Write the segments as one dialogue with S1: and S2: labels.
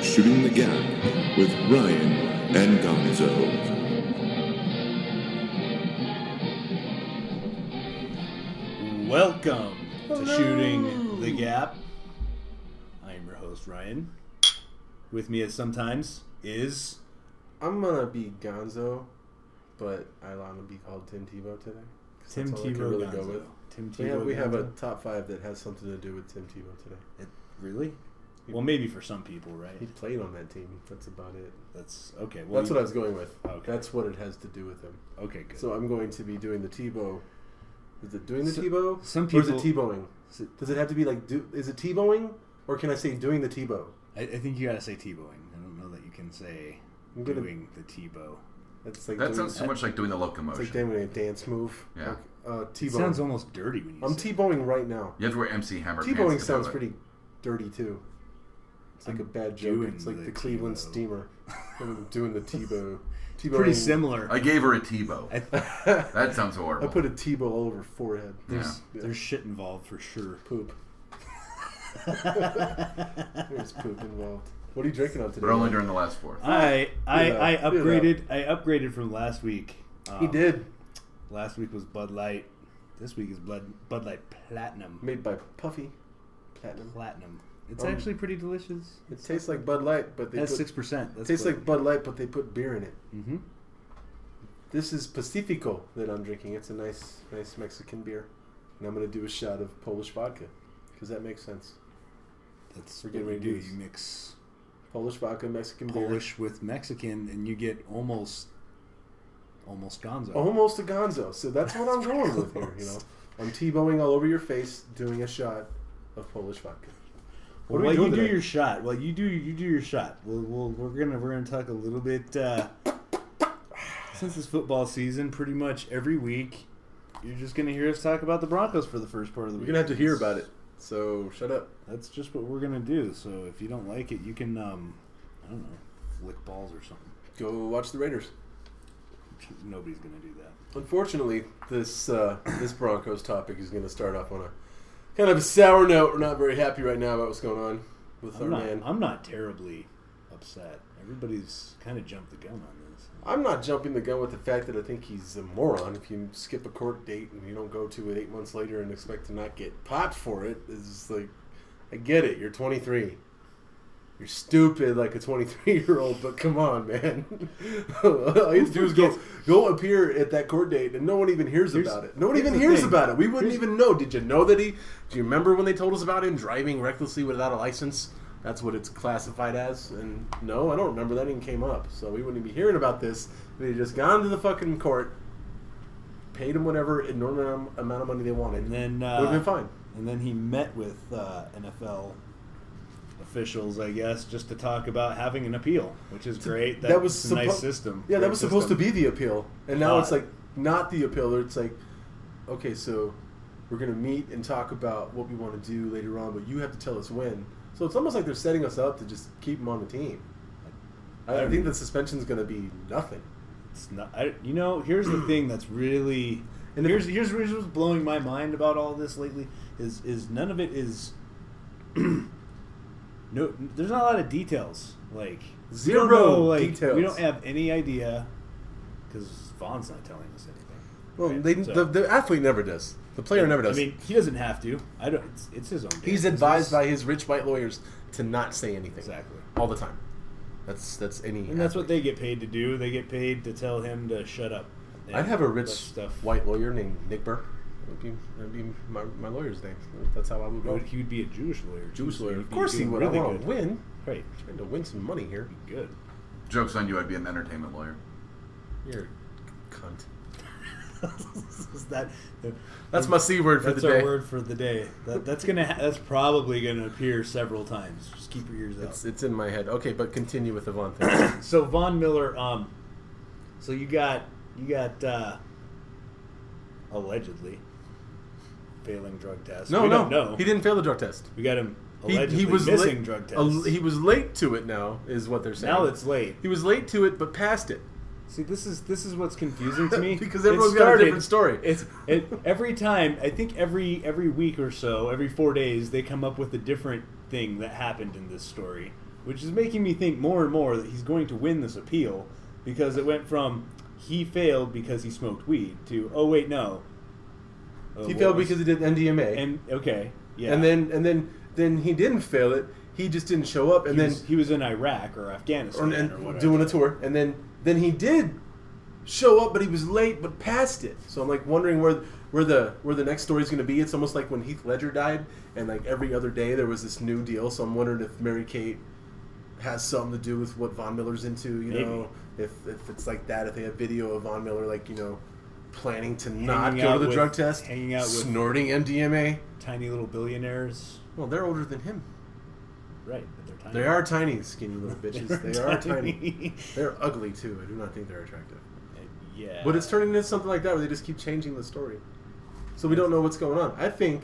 S1: Shooting the Gap with Ryan and Gonzo.
S2: Welcome to Shooting the Gap. I am your host, Ryan. With me, as sometimes, is.
S3: I'm gonna be Gonzo, but I want to be called Tim Tebow today. 'cause
S2: Tim
S3: that's all I can
S2: Tebow
S3: really
S2: Gonzo.
S3: go with.
S2: Tim
S3: We have,
S2: Tebow
S3: we have a
S2: Gonzo.
S3: top five that has something to do with Tim Tebow today.
S2: Really? Well, maybe for some people, right?
S3: He played on that team. That's about it.
S2: That's. Okay. Well,
S3: That's what I was going with.
S2: Okay.
S3: That's what it has to do with him.
S2: I. Okay, good.
S3: So I'm going to be doing the Tebow. Is it doing the
S2: So-
S3: Tebow?
S2: some
S3: or is it
S2: people-
S3: Tebowing?
S2: So-
S3: Does it have to be like do? Is it Tebowing, or can I say doing the Tebow?
S2: I, I think you gotta say Tebowing. I don't know that you can say
S3: I'm gonna-
S2: doing the Tebow.
S3: That's like
S4: That
S3: doing-
S4: sounds too much like doing the
S3: It's
S4: locomotion.
S3: like doing a dance move.
S4: Yeah.
S3: Like, uh,
S2: It sounds
S3: Tebowing.
S2: almost dirty when you
S3: I'm
S2: say it.
S3: Tebowing right now.
S4: you have to wear MC Hammer pants.
S3: T-boning
S4: to do
S3: sounds
S4: it.
S3: pretty dirty too. It's like
S2: I'm
S3: a bad joke.
S2: doing
S3: It's like the,
S2: the
S3: Cleveland
S2: Tebow.
S3: Steamer. I'm doing the Tebow. Tebow.
S2: Pretty similar.
S4: I gave her a Tebow.
S2: I th-
S3: I
S4: that sounds horrible.
S3: put a Tebow all over forehead.
S4: yeah.
S3: Yeah.
S2: there's shit involved for sure.
S3: Poop. There's poop involved. What are you drinking on today?
S4: But only during the last four.
S3: Uh.
S2: I I,
S3: You're
S2: I
S3: up. You're up.
S2: upgraded I upgraded from last week. Um,
S3: He did.
S2: Last week was Bud Light. This week is Bud Bud Light Platinum.
S3: Made by Puffy. Platinum.
S2: Platinum. It's
S3: Um,
S2: actually pretty delicious.
S3: It tastes like Bud Light, but they
S2: That's
S3: put,
S2: six percent.
S3: it tastes like Bud Light, but they put beer in it.
S2: hmm
S3: This is Pacifico that I'm drinking. It's a nice, nice Mexican beer, and I'm gonna do a shot of Polish vodka, because that makes sense.
S2: That's
S3: We're
S2: what
S3: getting
S2: you
S3: ready
S2: do.
S3: to do
S2: You
S3: this.
S2: mix
S3: Polish vodka, Mexican beer.
S2: Polish with Mexican, and you get almost almost gonzo.
S3: Almost a gonzo. So that's what I'm going with here, you know. I'm T-bowing all over your face doing a shot of Polish vodka. What are we
S2: Well,
S3: doing
S2: you do
S3: today?
S2: your shot. Well, you do you do your shot. We'll, we'll, we're gonna we're gonna talk a little bit uh, since it's football season. Pretty much every week, you're just gonna hear us talk about the Broncos for the first part of the
S3: You're
S2: week.
S3: going to have to hear about it. So shut up.
S2: That's just what we're gonna do. So if you don't like it, you can um, I don't know, lick balls or something.
S3: Go watch the Raiders.
S2: Nobody's gonna do that.
S3: Unfortunately, this uh, this Broncos topic is going to start off on a kind of a sour note. We're not very happy right now about what's going on with our
S2: I'm not,
S3: man.
S2: I'm not terribly upset. Everybody's kind of jumped the gun on this.
S3: I'm not jumping the gun with the fact that I think he's a moron. If you skip a court date and you don't go to it eight months later and expect to not get popped for it, it's just like, I get it. You're 23. You're stupid like a 23 year old, but come on, man. All you have to do is go go appear at that court date, and no one even hears
S2: Here's-
S3: about it. No one
S2: here's
S3: even
S2: the
S3: hears
S2: thing.
S3: about it. We wouldn't
S2: Here's-
S3: even know. Did you know that he? Do you remember when they told us about him driving recklessly without a license? That's what it's classified as. And no, I don't remember that even came up. So we wouldn't be hearing about this. They would just gone to the fucking court, paid him whatever enormous amount of money they wanted,
S2: And then
S3: and would have
S2: uh,
S3: been fine.
S2: And then he met with uh, NFL officials, I guess, just to talk about having an appeal, which is great. That, was a
S3: suppo-
S2: nice system.
S3: Yeah, that
S2: Great
S3: was supposed to
S2: system.
S3: be the appeal, and now it's
S2: Thought.
S3: like not the appeal. It's like, okay, so we're gonna meet and talk about what we want to do later on, but you have to tell us when. So it's almost like they're setting us up to just keep him on the team. I, I think the suspension's gonna be nothing.
S2: It's not, I, you know, here's the thing that's really
S3: And
S2: and
S3: if-
S2: here's here's here's what's blowing my mind about all this lately is is none of it is no. There's not a lot of details. Like we don't
S3: Zero
S2: know, like, We
S3: details.
S2: don't have any idea because Vaughn's not telling us anything.
S3: Well,
S2: right?
S3: they,
S2: So-
S3: the, the athlete never does. The player never does.
S2: I mean, he doesn't have to. I don't. It's, it's his own.
S3: he's
S2: damn
S3: advised by
S2: business.
S3: his rich white lawyers to not say anything
S2: exactly,
S3: all the time. That's that's any.
S2: and that's what they get paid to do. They get paid to tell him to shut up. and
S3: I'd have a rich
S2: that stuff.
S3: white lawyer named Nick Burke. That'd be, that'd be my, my lawyer's name. That's how I would
S2: He
S3: go.
S2: would- He would be a Jewish lawyer.
S3: Jewish
S2: He'd
S3: lawyer.
S2: be
S3: Of course he
S2: doing
S3: would. I want
S2: good.
S3: to win.
S2: Right.
S3: I'm trying to win some money here.
S2: Good.
S4: Joke's on you, I'd be an entertainment lawyer.
S3: You're a cunt.
S2: Is that
S3: That's my C word for
S2: that's
S3: the
S2: our
S3: day.
S2: word for the day. That, that's gonna. Ha- that's probably gonna appear several times. Just keep your ears out.
S3: It's, it's in my head. Okay, but continue with the Von thing.
S2: so Von Miller, um, so you got you got uh, allegedly failing drug test.
S3: no,
S2: we
S3: no,
S2: don't know.
S3: He didn't fail the drug test.
S2: We got him
S3: He,
S2: allegedly
S3: he was
S2: missing
S3: late,
S2: drug tests.
S3: al- he was late to it now, is what they're saying.
S2: now it's late.
S3: he was late to it, but passed it.
S2: See, this is this is what's confusing to me
S3: Because
S2: It
S3: everyone's got a
S2: started-
S3: different story.
S2: It's it, every time. I think every every week or so, every four days, they come up with a different thing that happened in this story. which is making me think more and more that he's going to win this appeal because it went from he failed because he smoked weed to oh wait no Oh,
S3: He
S2: what
S3: failed
S2: was-
S3: because he did MDMA, and,
S2: and okay yeah
S3: then and then then he didn't fail it. He just didn't show up, and
S2: he
S3: then
S2: was, he was in Iraq or
S3: or,
S2: Afghanistan or, whatever
S3: and doing a tour, and then then he did show up, but he was late, but passed it. So I'm like wondering where where the where the next story's going to be. It's almost like when Heath Ledger died, and like every other day there was this new deal. So I'm wondering if Mary Kate has something to do with what Von Miller's into. You
S2: Maybe.
S3: know, if if it's like that, if they have video of Von Miller, like you know. Planning to not
S2: Hanging
S3: go
S2: out
S3: to the
S2: with-
S3: drug test,
S2: hanging out with-
S3: snorting MDMA.
S2: tiny little billionaires
S3: Well, they're older than him.
S2: right but they're tiny
S3: They are tiny, skinny little bitches. They are tiny.
S2: tiny.
S3: They're ugly too. I do not think they're attractive.
S2: yeah
S3: But it's turning into something like that where they just keep changing the story. So we don't know what's going on. I think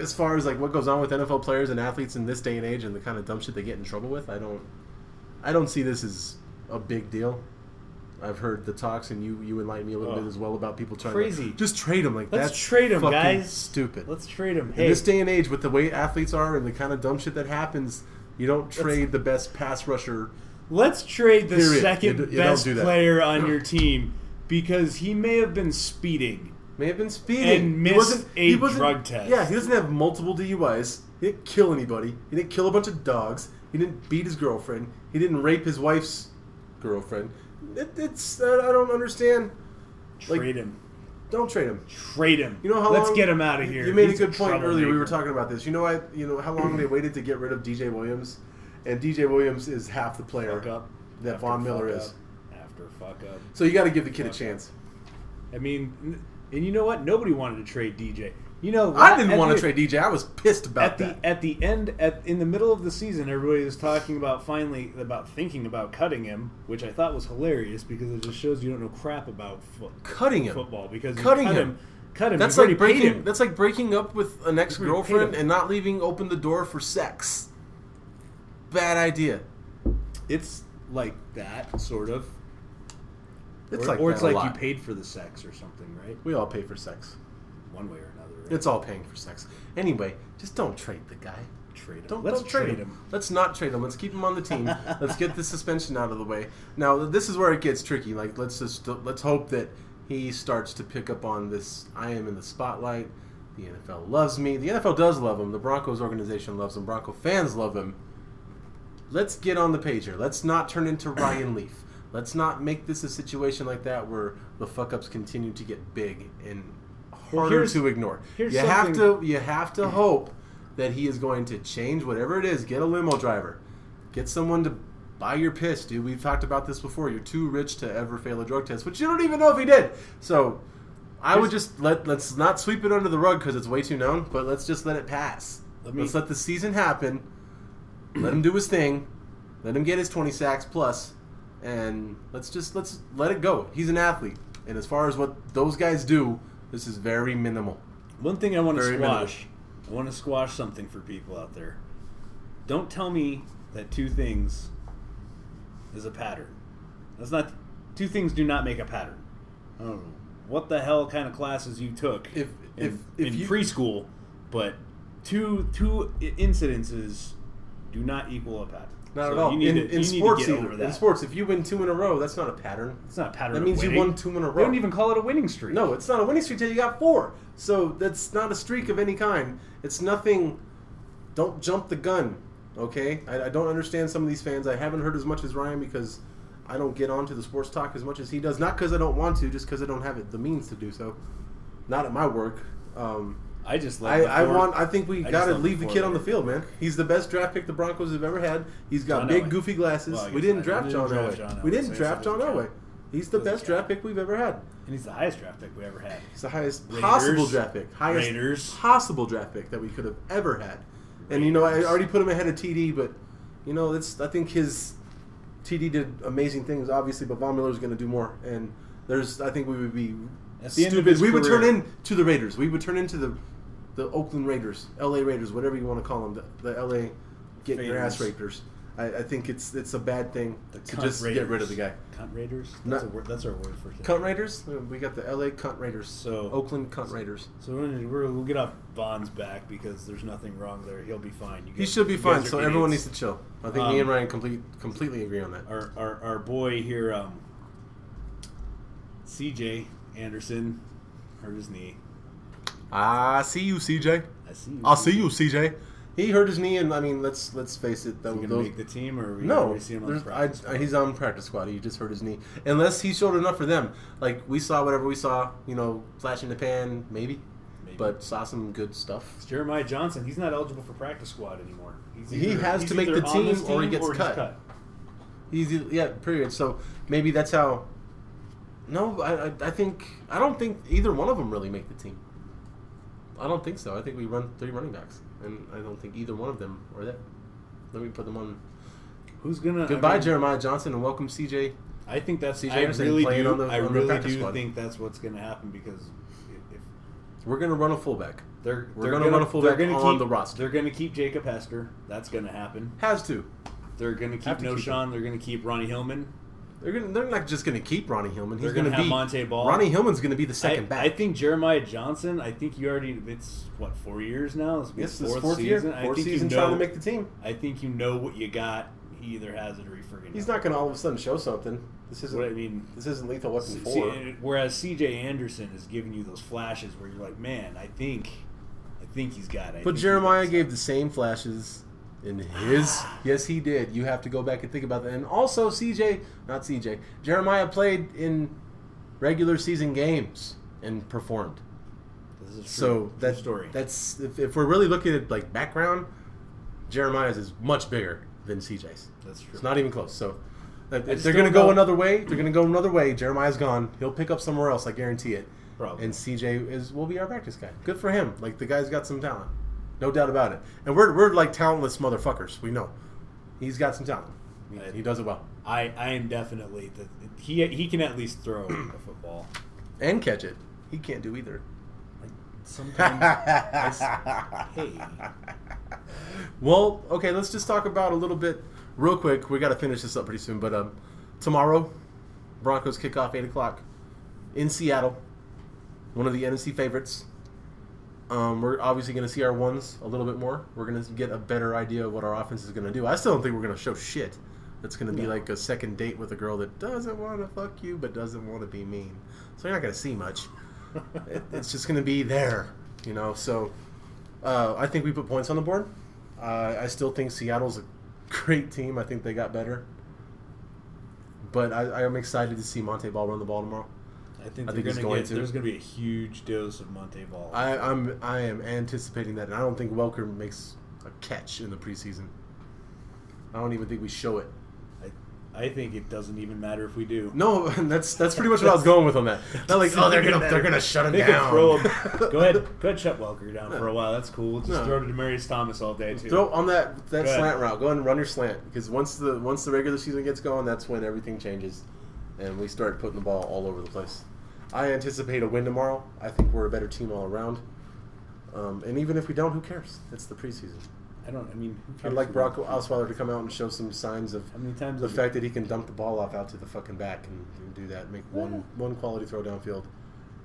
S3: as far as like what goes on with NFL players and athletes in this day and age and the kind of dumb shit they get in trouble with, I don't I don't see this as a big deal. I've heard the talks and you you enlightened me a little
S2: Oh.
S3: bit as well about people trying
S2: Crazy.
S3: to just trade them like
S2: let's
S3: that's
S2: trade them
S3: fucking
S2: guys
S3: stupid.
S2: let's trade them
S3: In
S2: hey
S3: this day and age, with the way athletes are and the kind of dumb shit that happens, you don't trade the best pass rusher.
S2: Let's trade the
S3: Period. You
S2: second
S3: d- you don't
S2: best
S3: do that.
S2: player on your team because he may have been speeding.
S3: May have been speeding
S2: And missed
S3: he wasn't, he
S2: a
S3: wasn't-
S2: drug test.
S3: Yeah, he doesn't have multiple DUIs. He didn't kill anybody. He didn't kill a bunch of dogs. He didn't beat his girlfriend. He didn't rape his wife's girlfriend. It, it's I I don't understand. Like-
S2: Trade him.
S3: Don't trade him.
S2: Trade him.
S3: You know how
S2: Let's
S3: long-
S2: get him out of here.
S3: You made
S2: He's
S3: a good point earlier. We
S2: troublemaker.
S3: were talking about this. You know, I you know how long they waited to get rid of DJ Williams, and DJ Williams is half the player
S2: fuck up
S3: that
S2: after
S3: Von Miller
S2: fuck
S3: is.
S2: up after fuck up.
S3: So you got to give the kid a
S2: Fuck.
S3: chance.
S2: I mean, n- and you know what? Nobody wanted to trade DJ. You know,
S3: I didn't
S2: at
S3: want to
S2: the-
S3: trade DJ. I was pissed about
S2: At the
S3: that.
S2: at the end at in the middle of the season, everybody was talking about finally about thinking about cutting him, which I thought was hilarious because it just shows you don't know crap about foot,
S3: Cutting him.
S2: football. Because you
S3: Cutting
S2: cut
S3: him.
S2: cut him.
S3: That's
S2: You've already
S3: like
S2: paid
S3: breaking.
S2: him.
S3: That's like breaking up with an ex
S2: already paid
S3: girlfriend
S2: him.
S3: and not leaving open the door for sex. Bad idea.
S2: it's like that sort of
S3: It's
S2: or,
S3: like
S2: or
S3: that
S2: it's
S3: a
S2: like
S3: lot.
S2: you paid for the sex or something right
S3: We all pay for sex.
S2: one way or another right?
S3: It's all paying for sex. Anyway, just don't trade the guy.
S2: trade him.
S3: Don't,
S2: let's
S3: don't trade, him. Let's not trade him. Let's keep him on the team. let's get the suspension out of the way. Now this is where it gets tricky. Like let's just let's hope that he starts to pick up on this. I am in the spotlight. The NFL loves me. The NFL does love him. The Broncos organization loves him. Bronco fans love him. Let's get on the page here. Let's not turn into Ryan Leaf. Let's not make this a situation like that where the fuck ups continue to get big and harder
S2: here's-
S3: to ignore.
S2: here's
S3: you have to
S2: something-
S3: you have to hope that he is going to change whatever it is. Get a limo driver. Get someone to buy your piss, dude. We've talked about this before. You're too rich to ever fail a drug test, which you don't even know if he did. So I would just let let's not sweep it under the rug because it's way too known, but let's just let it pass.
S2: Let me-
S3: let's let the season happen. let him do his thing. Let him get his 20 sacks plus, and let's just let's let it go. He's an athlete, and as far as what those guys do, this is very minimal.
S2: One thing I want to
S3: Very
S2: squash. I want to squash something for people out there. Don't tell me that two things is a pattern. That's not two things do not make a pattern. I don't know what the hell kind of classes you took
S3: If-
S2: in,
S3: if- if
S2: in
S3: you-
S2: preschool, but two two i- incidences do not equal a pattern.
S3: Not
S2: So
S3: at all.
S2: You need
S3: in
S2: to,
S3: in
S2: you
S3: sports,
S2: need to get
S3: either.
S2: over that.
S3: in sports, if you win two in a row, that's not a pattern.
S2: it's not a pattern.
S3: that
S2: of
S3: means you
S2: winning.
S3: won two in a
S2: They
S3: row.
S2: don't even call it a winning streak.
S3: No, it's not a winning streak till you got four. So that's not a streak of any kind. It's nothing. Don't jump the gun, okay? I, I don't understand some of these fans. I haven't heard as much as Ryan because I don't get onto the sports talk as much as he does. Not because I don't want to, just because I don't have it, the means to do so. Not at my work. Um,
S2: I just love
S3: I,
S2: the
S3: I
S2: four-
S3: want. I think we
S2: just
S3: got to
S2: love
S3: leave the
S2: four
S3: kid on the
S2: letter.
S3: field, man. He's the best draft pick the Broncos have ever had. He's got
S2: John
S3: big,
S2: Elway.
S3: goofy glasses.
S2: Well, I guess
S3: we didn't
S2: I
S3: draft
S2: didn't
S3: John
S2: draft
S3: Elway.
S2: John
S3: We
S2: Elway, so
S3: didn't
S2: I guess
S3: draft
S2: that
S3: John
S2: doesn't
S3: Elway.
S2: count.
S3: He's the
S2: Doesn't
S3: best
S2: count.
S3: draft pick we've ever had.
S2: And he's the highest draft pick we ever had.
S3: It's the highest
S2: Raiders.
S3: possible draft pick. Highest
S2: Raiders.
S3: possible draft pick that we could have ever had. And you know, I already put him ahead of TD, but you know, that's I think his TD did amazing things, obviously, but Von Miller's going to do more. And there's, I think we would be
S2: At the end of
S3: stupid.
S2: his
S3: we would turn
S2: career-
S3: in to the Raiders. We would turn into the the Oakland Raiders, L.A. Raiders, whatever you want to call them, the, the L.A. getting their ass
S2: Faders.
S3: rapers. I, I think it's it's a bad thing to
S2: Cunt
S3: just get rid of the guy.
S2: Raiders. Cunt Raiders?
S3: Not-
S2: That's, a word, that's our word for it.
S3: Cunt Raiders. Uh, We got the L.A. Cunt Raiders.
S2: So-
S3: Oakland Cunt Raiders.
S2: So we're gonna, we're, we'll get off Vaughn's back because there's nothing wrong there. He'll be fine. You
S3: He
S2: guys-
S3: should be
S2: you
S3: fine.
S2: guys are
S3: So everyone
S2: idiots.
S3: needs to chill. I think
S2: Um,
S3: me and Ryan complete completely agree on that.
S2: Our, our, our boy here, um, CJ Anderson, hurt his knee.
S3: I see you, CJ.
S2: I see you.
S3: I see you, CJ. He hurt his knee, and I mean, let's let's face it. That
S2: Is he
S3: was
S2: gonna make the team, or are we
S3: No,
S2: gonna see him on the
S3: there's- I,
S2: practice?
S3: I, he's on practice squad. He just hurt his knee. Unless he showed enough for them. Like we saw whatever we saw. You know, flash in the pan, maybe,
S2: Maybe.
S3: but saw some good stuff.
S2: It's Jeremiah Johnson, he's not eligible for practice squad anymore. He's
S3: He
S2: either-
S3: has
S2: he's
S3: to make
S2: either
S3: the
S2: on this
S3: team or he gets
S2: he's
S3: cut. He's yeah, period. So maybe that's how. No, I, I I think I don't think either one of them really make the team. I don't think so. I think we run three running backs, and I don't think either one of them are there. Let me put them on.
S2: Who's gonna I
S3: Goodbye,
S2: mean,
S3: Jeremiah Johnson, and welcome CJ.
S2: I think that's.
S3: CJ
S2: I
S3: Anderson
S2: really
S3: playing
S2: do.
S3: on the-
S2: I
S3: on the
S2: really
S3: practice
S2: do
S3: squad.
S2: think that's what's going to happen because if, if
S3: We're gonna run a fullback.
S2: they're
S3: We're
S2: they're
S3: gonna run a fullback
S2: they're gonna
S3: on
S2: keep,
S3: the roster.
S2: they're going to keep Jacob Hester. That's going to happen.
S3: Has to.
S2: They're going to keep
S3: Have to keep
S2: Noshan. They're going to keep Ronnie Hillman.
S3: They're gonna. They're not just gonna keep Ronnie Hillman. He's
S2: They're
S3: gonna,
S2: gonna have
S3: be
S2: Monte Ball.
S3: Ronnie Hillman's gonna be the second
S2: I,
S3: back.
S2: I think Jeremiah Johnson. I think you already. It's what four years now. This will be
S3: this
S2: his
S3: is
S2: fourth,
S3: fourth year.
S2: season.
S3: Fourth
S2: I think
S3: season
S2: you know,
S3: trying to make the team.
S2: I think you know what you got. He either has it or he freaking.
S3: He's
S2: don't.
S3: not gonna all of a sudden show something. This isn't.
S2: What I mean,
S3: This isn't lethal weapon
S2: See-
S3: four.
S2: see, whereas CJ Anderson is giving you those flashes where you're like, man, I think, I think he's got it. I
S3: But
S2: think he
S3: Jeremiah
S2: does."
S3: gave the same flashes in his. yes, he did. You have to go back and think about that. And also, CJ, not CJ, Jeremiah played in regular season games and performed.
S2: This is a true,
S3: So
S2: true
S3: that
S2: story.
S3: That's if, if we're really looking at like background, Jeremiah's is much bigger than CJ's.
S2: that's true.
S3: It's not even close. So if
S2: I
S3: if
S2: just
S3: they're gonna
S2: don't
S3: go
S2: know-
S3: another way, they're gonna go another way. Jeremiah's gone. He'll pick up somewhere else. I guarantee it.
S2: Probably.
S3: And CJ is will be our practice guy. Good for him. Like the guy's got some talent, no doubt about it. And we're we're like talentless motherfuckers. We know he's got some talent. He,
S2: I-
S3: he does it well
S2: I, I am definitely the, he he can at least throw a football.
S3: and catch it. He can't do either.
S2: Like, sometimes, I s- hey,
S3: Well, okay, let's just talk about a little bit real quick. We got to finish this up pretty soon, but um, tomorrow, Broncos kick off eight o'clock in Seattle. One of the NFC favorites. Um, we're obviously going to see our ones a little bit more. We're going to get a better idea of what our offense is going to do. I still don't think we're going to show shit. That's going to be
S2: No.
S3: like a second date with a girl that doesn't want to fuck you but doesn't want to be mean. So you're not going to see much it, it's just going to be there, you know. So uh, I think we put points on the board. Uh, I still think Seattle's a great team. I think they got better, but I, I'm excited to see Monte Ball run the ball tomorrow.
S2: I think
S3: I
S2: they're
S3: think he's
S2: gonna
S3: going
S2: get
S3: to.
S2: there's gonna be a huge dose of Monte Ball.
S3: I, I'm I am anticipating that, and I don't think Welker makes a catch in the preseason. I don't even think we show it.
S2: I, I think it doesn't even matter if we do.
S3: No, that's that's pretty much what I was going with on that. Not like oh they're gonna they're gonna shut him
S2: They
S3: down.
S2: can throw him. Go ahead, go ahead, shut Welker down for a while. That's cool. Just
S3: No.
S2: throw to Demarius Thomas all day too.
S3: Throw on that that
S2: Go ahead.
S3: slant route. Go ahead and run your slant because once the once the regular season gets going, that's when everything changes, and we start putting the ball all over the place. I anticipate a win tomorrow. I think we're a better team all around. Um, and even if we don't, who cares? It's the preseason.
S2: I don't. I mean, who
S3: I'd
S2: cares
S3: like
S2: who-
S3: Brock Osweiler to come out and show some signs of
S2: How many times
S3: the
S2: have
S3: fact that he can dump the ball off out to the fucking back and, and do that, make one one quality throw downfield.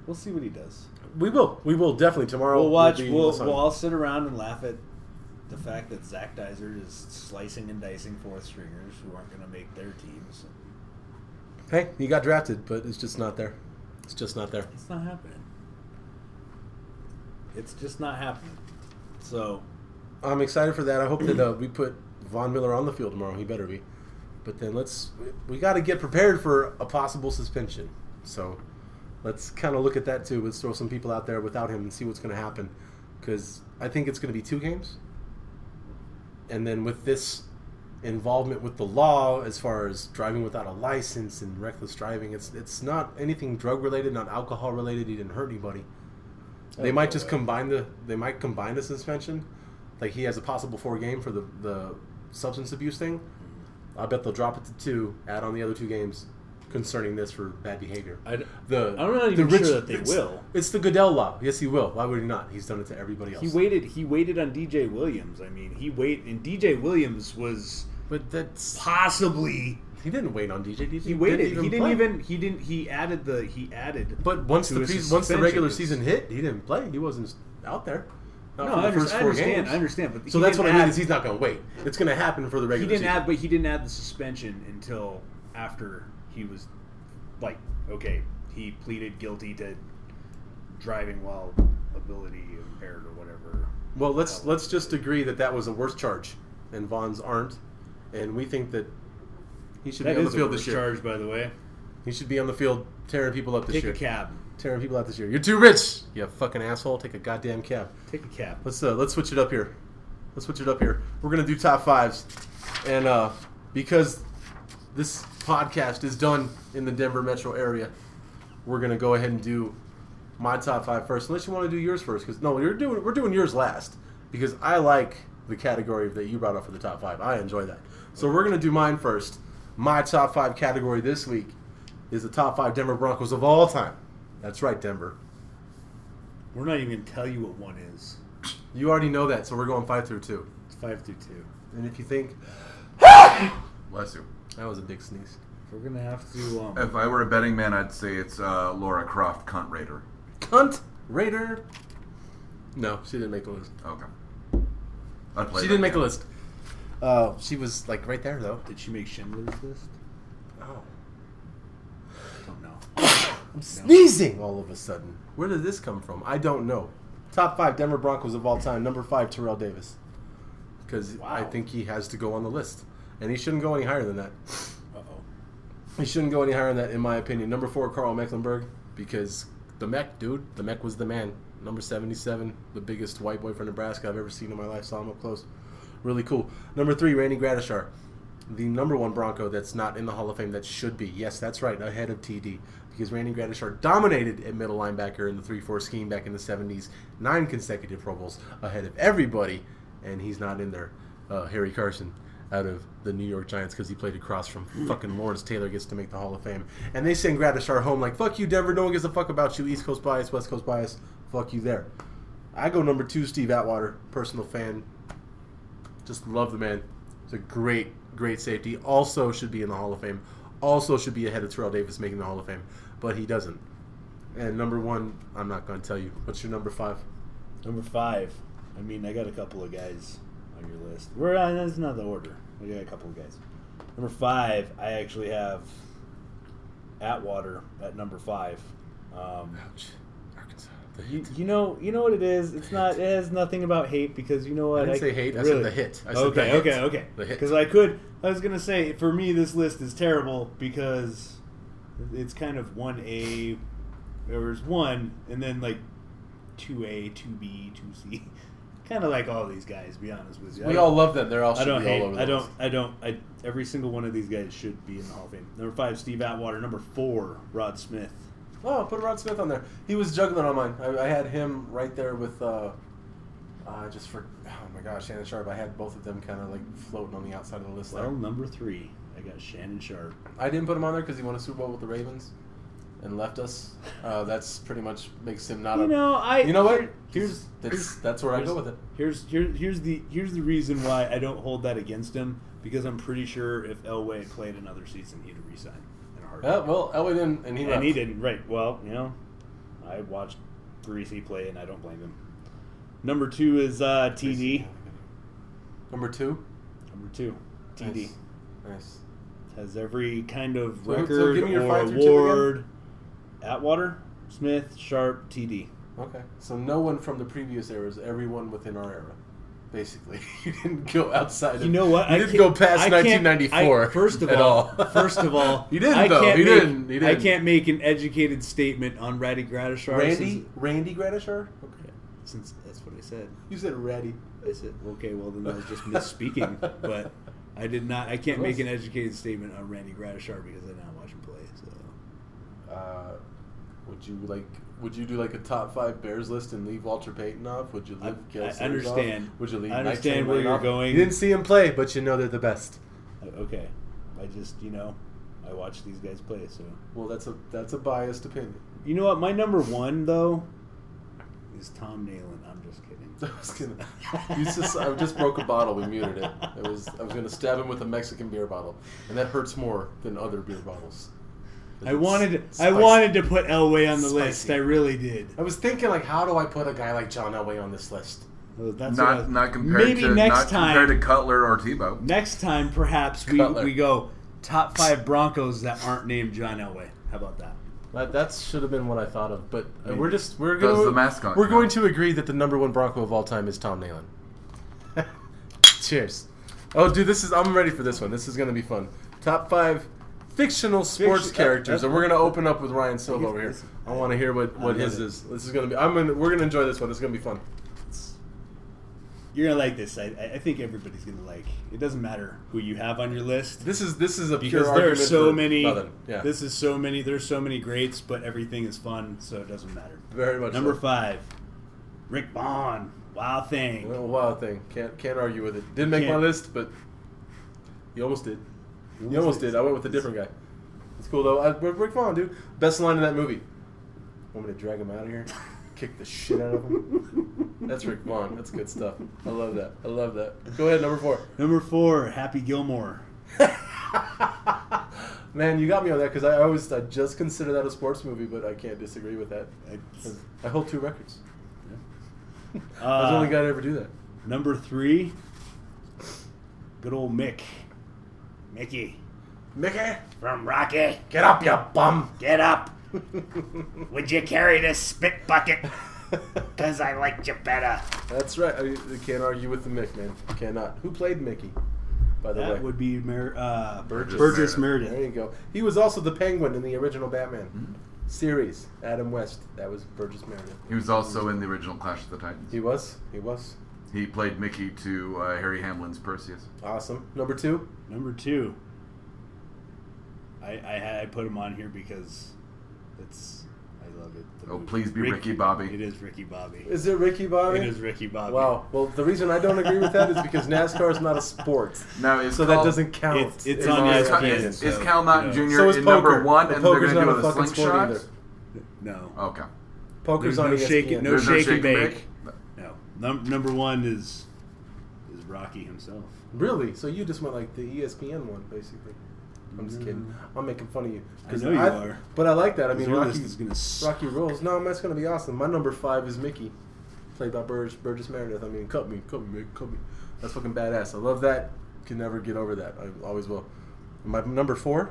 S2: We'll see what he does.
S3: We will. We will definitely tomorrow.
S2: We'll watch.
S3: be
S2: We'll,
S3: listening.
S2: we'll all sit around and laugh at the fact that Zach Dyser is slicing and dicing fourth stringers who aren't going to make their teams.
S3: hey, he got drafted, but it's just not there. It's just not there.
S2: It's not happening. It's just not happening. So
S3: I'm excited for that. I hope that uh, we put Von Miller on the field tomorrow. He better be. But then let's we- we got to get prepared for a possible suspension. So let's kind of look at that too. Let's throw some people out there without him and see what's going to happen. Because I think it's going to be two games. And then with this involvement with the law, as far as driving without a license and reckless driving, it's it's not anything drug related, not alcohol related. He didn't hurt anybody. They might just combine the they might combine the suspension. Like he has a possible four game for the the substance abuse thing. I bet they'll drop it to two, add on the other two games concerning this for bad behavior.
S2: I,
S3: The
S2: I'm not even sure that they
S3: it's-
S2: will.
S3: It's the Goodell law. Yes, he will. Why would he not? He's done it to everybody else.
S2: he waited. He waited on DJ Williams. I mean, he wait and DJ Williams was
S3: But that's
S2: possibly
S3: he didn't wait on DJ. DJ
S2: he waited. he didn't
S3: play.
S2: even he didn't he added the he added.
S3: But once
S2: to
S3: the
S2: his
S3: pre- once the
S2: suspension
S3: regular
S2: is-
S3: season hit, he didn't play. He wasn't out there. Not
S2: no,
S3: for
S2: I,
S3: the
S2: under-
S3: first
S2: I
S3: four
S2: understand.
S3: games.
S2: I understand. But
S3: So
S2: he
S3: that's
S2: didn't
S3: what I mean
S2: add-
S3: is he's not going to wait. It's going to happen for the
S2: he
S3: regular
S2: didn't
S3: season.
S2: add, but he didn't add the suspension until after he was like okay, he pleaded guilty to driving while ability impaired or whatever.
S3: well, let's let's just agree that that was a worse charge, and Vaughn's aren't, and we think that he should
S2: That
S3: be on the
S2: is a
S3: field
S2: worse
S3: this year.
S2: charge, by the way.
S3: He should be on the field tearing people up this
S2: Take
S3: year.
S2: a cab.
S3: Tearing people out this year. You're too rich. You fucking asshole. Take a goddamn cab.
S2: Take a cab.
S3: Let's uh, let's switch it up here. Let's switch it up here. We're gonna do top fives, and uh, because this podcast is done in the Denver metro area, we're gonna go ahead and do my top five first. Unless you want to do yours first, because no, you're doing we're doing yours last because I like the category that you brought up for the top five. I enjoy that. So we're gonna do mine first. My top five category this week is the top five Denver Broncos of all time. That's right, Denver.
S2: We're not even gonna tell you what one is.
S3: You already know that, so we're going five through two.
S2: It's five through two.
S3: And if you think
S4: Bless you.
S3: That was a big sneeze.
S2: We're gonna have to. Um,
S4: If I were a betting man, I'd say it's uh, Laura Croft, cunt raider.
S3: Cunt Raider. No, she didn't make the list.
S4: Okay. I'd play
S3: She
S4: that
S3: didn't make the
S4: game.
S3: list. Uh, she was like right there though.
S2: did she make Schindler's List?
S3: Oh,
S2: Don't know.
S3: I'm sneezing all of a sudden. Where did this come from? I don't know. Top five Denver Broncos of all time. Number five Terrell Davis, because I
S2: Wow.
S3: think he has to go on the list, and he shouldn't go any higher than that.
S2: Uh oh.
S3: He shouldn't go any higher than that, in my opinion. Number four Carl Mecklenburg, because the Mech dude, the Mech was the man. Number seventy-seven, the biggest white boy from Nebraska I've ever seen in my life. Saw him up close. Really cool. Number three, Randy Gradishar, the number one Bronco that's not in the Hall of Fame that should be. Yes, that's right, ahead of TD. Because Randy Gradishar dominated at middle linebacker in the 3 4 scheme back in the 70s. Nine consecutive Pro Bowls ahead of everybody, and he's not in there. Uh, Harry Carson out of the New York Giants because he played across from fucking Lawrence Taylor gets to make the Hall of Fame. And they send Gradishar home like, fuck you, Denver. No one gives a fuck about you. East Coast bias, West Coast bias. Fuck you there. I go number two, Steve Atwater, personal fan, just love the man. He's a great, great safety. Also should be in the Hall of Fame. Also should be ahead of Terrell Davis making the Hall of Fame, but he doesn't. And number one, I'm not going to tell you. What's your number five?
S2: Number five. I mean, I got a couple of guys on your list. We're uh, that's not the order. I got a couple of guys. Number five, I actually have Atwater at number five. Um,
S3: Ouch, Arkansas.
S2: you, you know you know what it is. It's not. It has nothing about hate because you know what.
S3: I didn't say hate, I said the hit. I said
S2: okay,
S3: the
S2: okay,
S3: hit.
S2: okay.
S3: The hit.
S2: Because I could. I was gonna say for me this list is terrible because it's kind of one A. There was one, and then like two A, two B, two C. Kind of like all these guys. to Be honest with you. I
S3: We
S2: don't-
S3: all love them. They're all
S2: I
S3: should
S2: don't
S3: be
S2: hate.
S3: all over the
S2: I don't.
S3: list.
S2: I don't. I every single one of these guys should be in the Hall of Fame. Number five, Steve Atwater. Number four, Rod Smith.
S3: Oh, put Rod Smith on there. He was juggling on mine. I, I had him right there with. Uh, I just for oh my gosh, Shannon Sharp. I had both of them kind of like floating on the outside of the list.
S2: Well,
S3: there.
S2: number three, I got Shannon Sharp.
S3: I didn't put him on there because he won a Super Bowl with the Ravens and left us. Uh, that's pretty much makes him not
S2: You
S3: a.
S2: know, I.
S3: you know what?
S2: Here's
S3: that's that's where I go with it.
S2: Here's here, here's the here's the reason why I don't hold that against him because I'm pretty sure if Elway played another season, he'd resign in a heartbeat.
S3: Yeah, Uh, well, Elway didn't, and Oh, he
S2: and
S3: left.
S2: he didn't. Right. Well, you know, I watched Greasy play, and I don't blame him. Number two is uh, TD.
S3: Number two.
S2: Number two, TD
S3: Nice. Nice.
S2: has every kind of
S3: So- so
S2: record
S3: give me your
S2: or
S3: five through two again.
S2: award. Atwater, Smith, Sharp, TD.
S3: Okay. So no one from the previous eras. Everyone within our era, basically. you didn't go outside. Of,
S2: You know what?
S3: You
S2: I
S3: didn't
S2: can't-
S3: go past
S2: I can't-
S3: 1994.
S2: I- first of
S3: at
S2: all,
S3: all.
S2: first of all,
S3: you didn't
S2: I
S3: though.
S2: Can't
S3: You
S2: make,
S3: didn't. You didn't.
S2: I can't make an educated statement on Ratty Gratishar.
S3: Randy. Randy Gradishar. Okay.
S2: Since, since that's what I said.
S3: You said Ratty.
S2: I said okay. Well, then I was just misspeaking. but I did not. I can't make an educated statement on Randy Gratishar because I did not watch him play. So
S3: Uh, would you like? Would you do like a top five Bears list and leave Walter Payton off? Would you leave
S2: I-
S3: Gale
S2: I
S3: Sayers
S2: understand.
S3: Off? Would you leave?
S2: I
S3: Mike
S2: understand
S3: Chamberlain
S2: where you're
S3: off?
S2: going.
S3: You didn't see him play, but you know they're the best.
S2: I-
S3: Uh,
S2: okay, I just you know I watched these guys play. So
S3: Well, that's a that's a biased opinion.
S2: you know what? My number one though is Tom Nalen. I'm just
S3: I
S2: kidding.
S3: was gonna. You just, I just broke a bottle. We muted it. I was I was gonna stab him with a Mexican beer bottle, and that hurts more than other beer bottles.
S2: I wanted
S3: It's
S2: I
S3: spicy.
S2: wanted to put Elway on the
S3: Spicy.
S2: list. I really did.
S3: I was thinking like, how do I put a guy like John Elway on this list?
S2: Well, That's what I
S4: not
S2: was-
S4: not compared
S2: maybe
S4: to
S2: next
S4: not
S2: time.
S4: compared to Cutler or Tebow.
S2: next time, perhaps we,
S3: Cutler.
S2: we go top five Broncos that aren't named John Elway. How about that?
S3: That, that should have been what I thought of, but uh,
S2: Maybe.
S3: we're just we're
S4: Does
S3: going
S4: the mascot
S3: We're going
S4: count?
S3: to agree that the number one Bronco of all time is Tom Nalen. Cheers. Oh, dude, this is I'm ready for this one. This is going to be fun. Top five fictional sports
S2: Fiction-
S3: characters,
S2: uh, uh,
S3: and we're going to open up with Ryan Silva
S2: Yes,
S3: over here.
S2: yes.
S3: I want to hear what, what
S2: I love
S3: his
S2: it.
S3: is. This is going to be. I'm gonna, we're going to enjoy this one. This is going to be fun.
S2: You're gonna like this. I, I think everybody's gonna like. It doesn't matter who you have on your list
S3: This is this is a pure
S2: because there are
S3: argument
S2: so
S3: for
S2: many.
S3: nothing. Yeah,
S2: This is so many. There's so many greats, but everything is fun, so it doesn't matter.
S3: very much
S2: Number
S3: so.
S2: five, Rick Bond. Wow thing.
S3: Well, wow thing. Can't can't argue with it. Didn't make my
S2: Can't.
S3: list, but you almost did. You
S2: Almost
S3: almost
S2: did.
S3: did. I went with a different guy. It's cool though. I, Rick Rick Vaughn, dude. Best line in that movie. Want me to drag him out of here? Kick the shit out of him. That's Rick Vaughn. That's good stuff. I love that. I love that. Go ahead, number four.
S2: Number four, Happy Gilmore.
S3: Man, you got me on that because I always I just consider that a sports movie, but I can't disagree with that.
S2: It's-
S3: I hold two records. I was the
S2: Uh,
S3: only guy to ever do that.
S2: number three, good old Mick. Mickey
S3: Mickey,
S2: from Rocky.
S3: get up, you bum.
S2: Get up. Would you carry this spit bucket? Because I liked you better.
S3: That's right. I you can't argue with the Mick, man. Cannot. Who played Mickey? By the way,
S2: That would be Mer- uh, Burgess,
S4: Burgess
S2: Meredith.
S4: Meredith.
S3: there you go. He was also the Penguin in the original Batman
S4: Hmm?
S3: series. Adam West. That was Burgess Meredith.
S4: He was also in the original Clash of the Titans.
S3: He was. He was
S4: He played Mickey to uh, Harry Hamlin's Perseus.
S3: awesome. Number two.
S2: Number two, I, I had I put him on here because it's I love it. The
S4: Oh,
S2: movie.
S4: please be Ricky Bobby.
S2: It is Ricky Bobby.
S3: Is it Ricky Bobby?
S2: It is Ricky Bobby.
S3: Wow. Well, the reason I don't agree with that is because NASCAR is not a sport,
S4: No, it's
S3: so that
S4: called-
S3: doesn't count. E
S2: It's- it's
S3: in
S2: on E
S3: my
S4: Is,
S2: ESPN.
S3: opinion.
S4: is,
S2: so,
S4: is Cal Naughton
S2: you know.
S4: Jr.
S3: So is
S4: in
S3: poker.
S4: number one,
S3: But
S4: and they're
S3: poker's
S4: going to do
S3: not
S4: a,
S3: a fucking sport
S4: slingshot?
S3: either.
S2: No,
S4: Okay.
S3: Poker's
S2: There's
S3: on E
S2: no
S3: ESPN.
S2: shaking- no
S4: There's
S2: shake and bake.
S4: bake?
S2: no. Num- number one is is Rocky himself.
S3: Really? So you just went like the E ESPN one, basically. I'm just kidding. I'm making fun of you. 'Cause
S2: Mm. I know you are.
S3: But I like that. I
S2: 'Cause
S3: mean,
S2: your
S3: Rocky,
S2: list is gonna suck.
S3: Rocky rules. No, that's going to be awesome. My number five is Mickey, played by Burgess, Burgess Meredith. I mean, cut me, cut me, cut me. That's fucking badass. I love that. Can never get over that. I always will. My number four,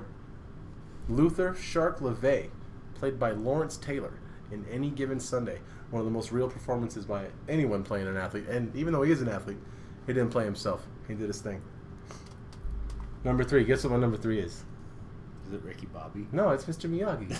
S3: Luther Shark LeVay, played by Lawrence Taylor in Any Given Sunday. One of the most real performances by anyone playing an athlete. And even though he is an athlete, he didn't play himself. He did his thing. Number three. Guess what my number three is?
S2: Is it Ricky Bobby?
S3: No, it's Mr. Miyagi.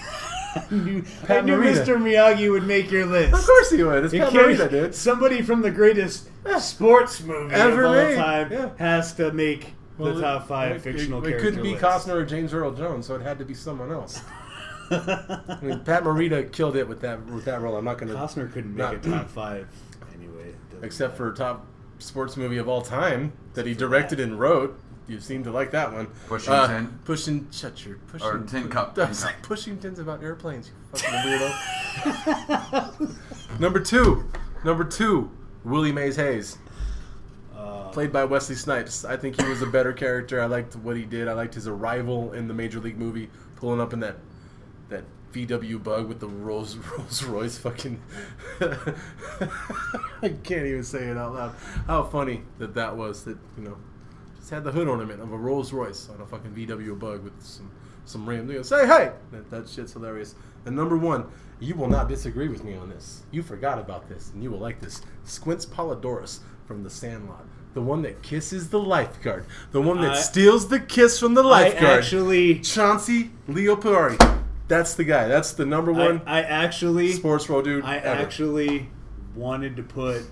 S2: I knew, I
S3: Pat
S2: knew
S3: Morita.
S2: Mr. Miyagi would make your list.
S3: of course he would. It's
S2: It
S3: Pat
S2: can't-
S3: Morita, dude.
S2: Somebody from the greatest sports movie
S3: Ever
S2: of all
S3: made,
S2: time
S3: yeah.
S2: has to make
S3: Well,
S2: the
S3: it-
S2: top five
S3: it-
S2: fictional
S3: it, it
S2: characters.
S3: couldn't be Costner or James Earl Jones, so it had to be someone else. I mean, Pat Morita killed it with that with that role. I'm not going to,
S2: Costner couldn't make
S3: Not-
S2: a top five anyway. Doesn't
S3: except
S2: matter.
S3: for top sports movie of all time that he directed and wrote. You seem to like that one. Uh,
S4: Pushing Tin?
S3: Pushing shut your Pushing
S4: Or Tin Cup,
S3: I
S4: Tin
S3: was
S4: Cup.
S3: like, pushing tins about airplanes. You fucking weirdo. number two, number two, Willie Mays Hayes.
S2: Uh,
S3: played by Wesley Snipes. I think he was a better character. I liked what he did. I liked his arrival in the Major League movie, pulling up in that that VW bug with the Rolls Rolls Royce fucking. I can't even say it out loud. How funny that that was. That you know, just had the hood ornament of a Rolls Royce on a fucking VW bug with some some rim. They go, say hey. That, that shit's hilarious. And number one, you will not disagree with me on this. You forgot about this, and you will like this. Squints Polydorus from The Sandlot. The one that kisses the lifeguard. The one that
S2: I-
S3: steals the kiss from the
S2: I
S3: lifeguard.
S2: actually,
S3: Chauncey Leopardi. That's the guy. That's the number
S2: I,
S3: one
S2: I actually,
S3: sports role dude.
S2: I
S3: ever.
S2: actually wanted to put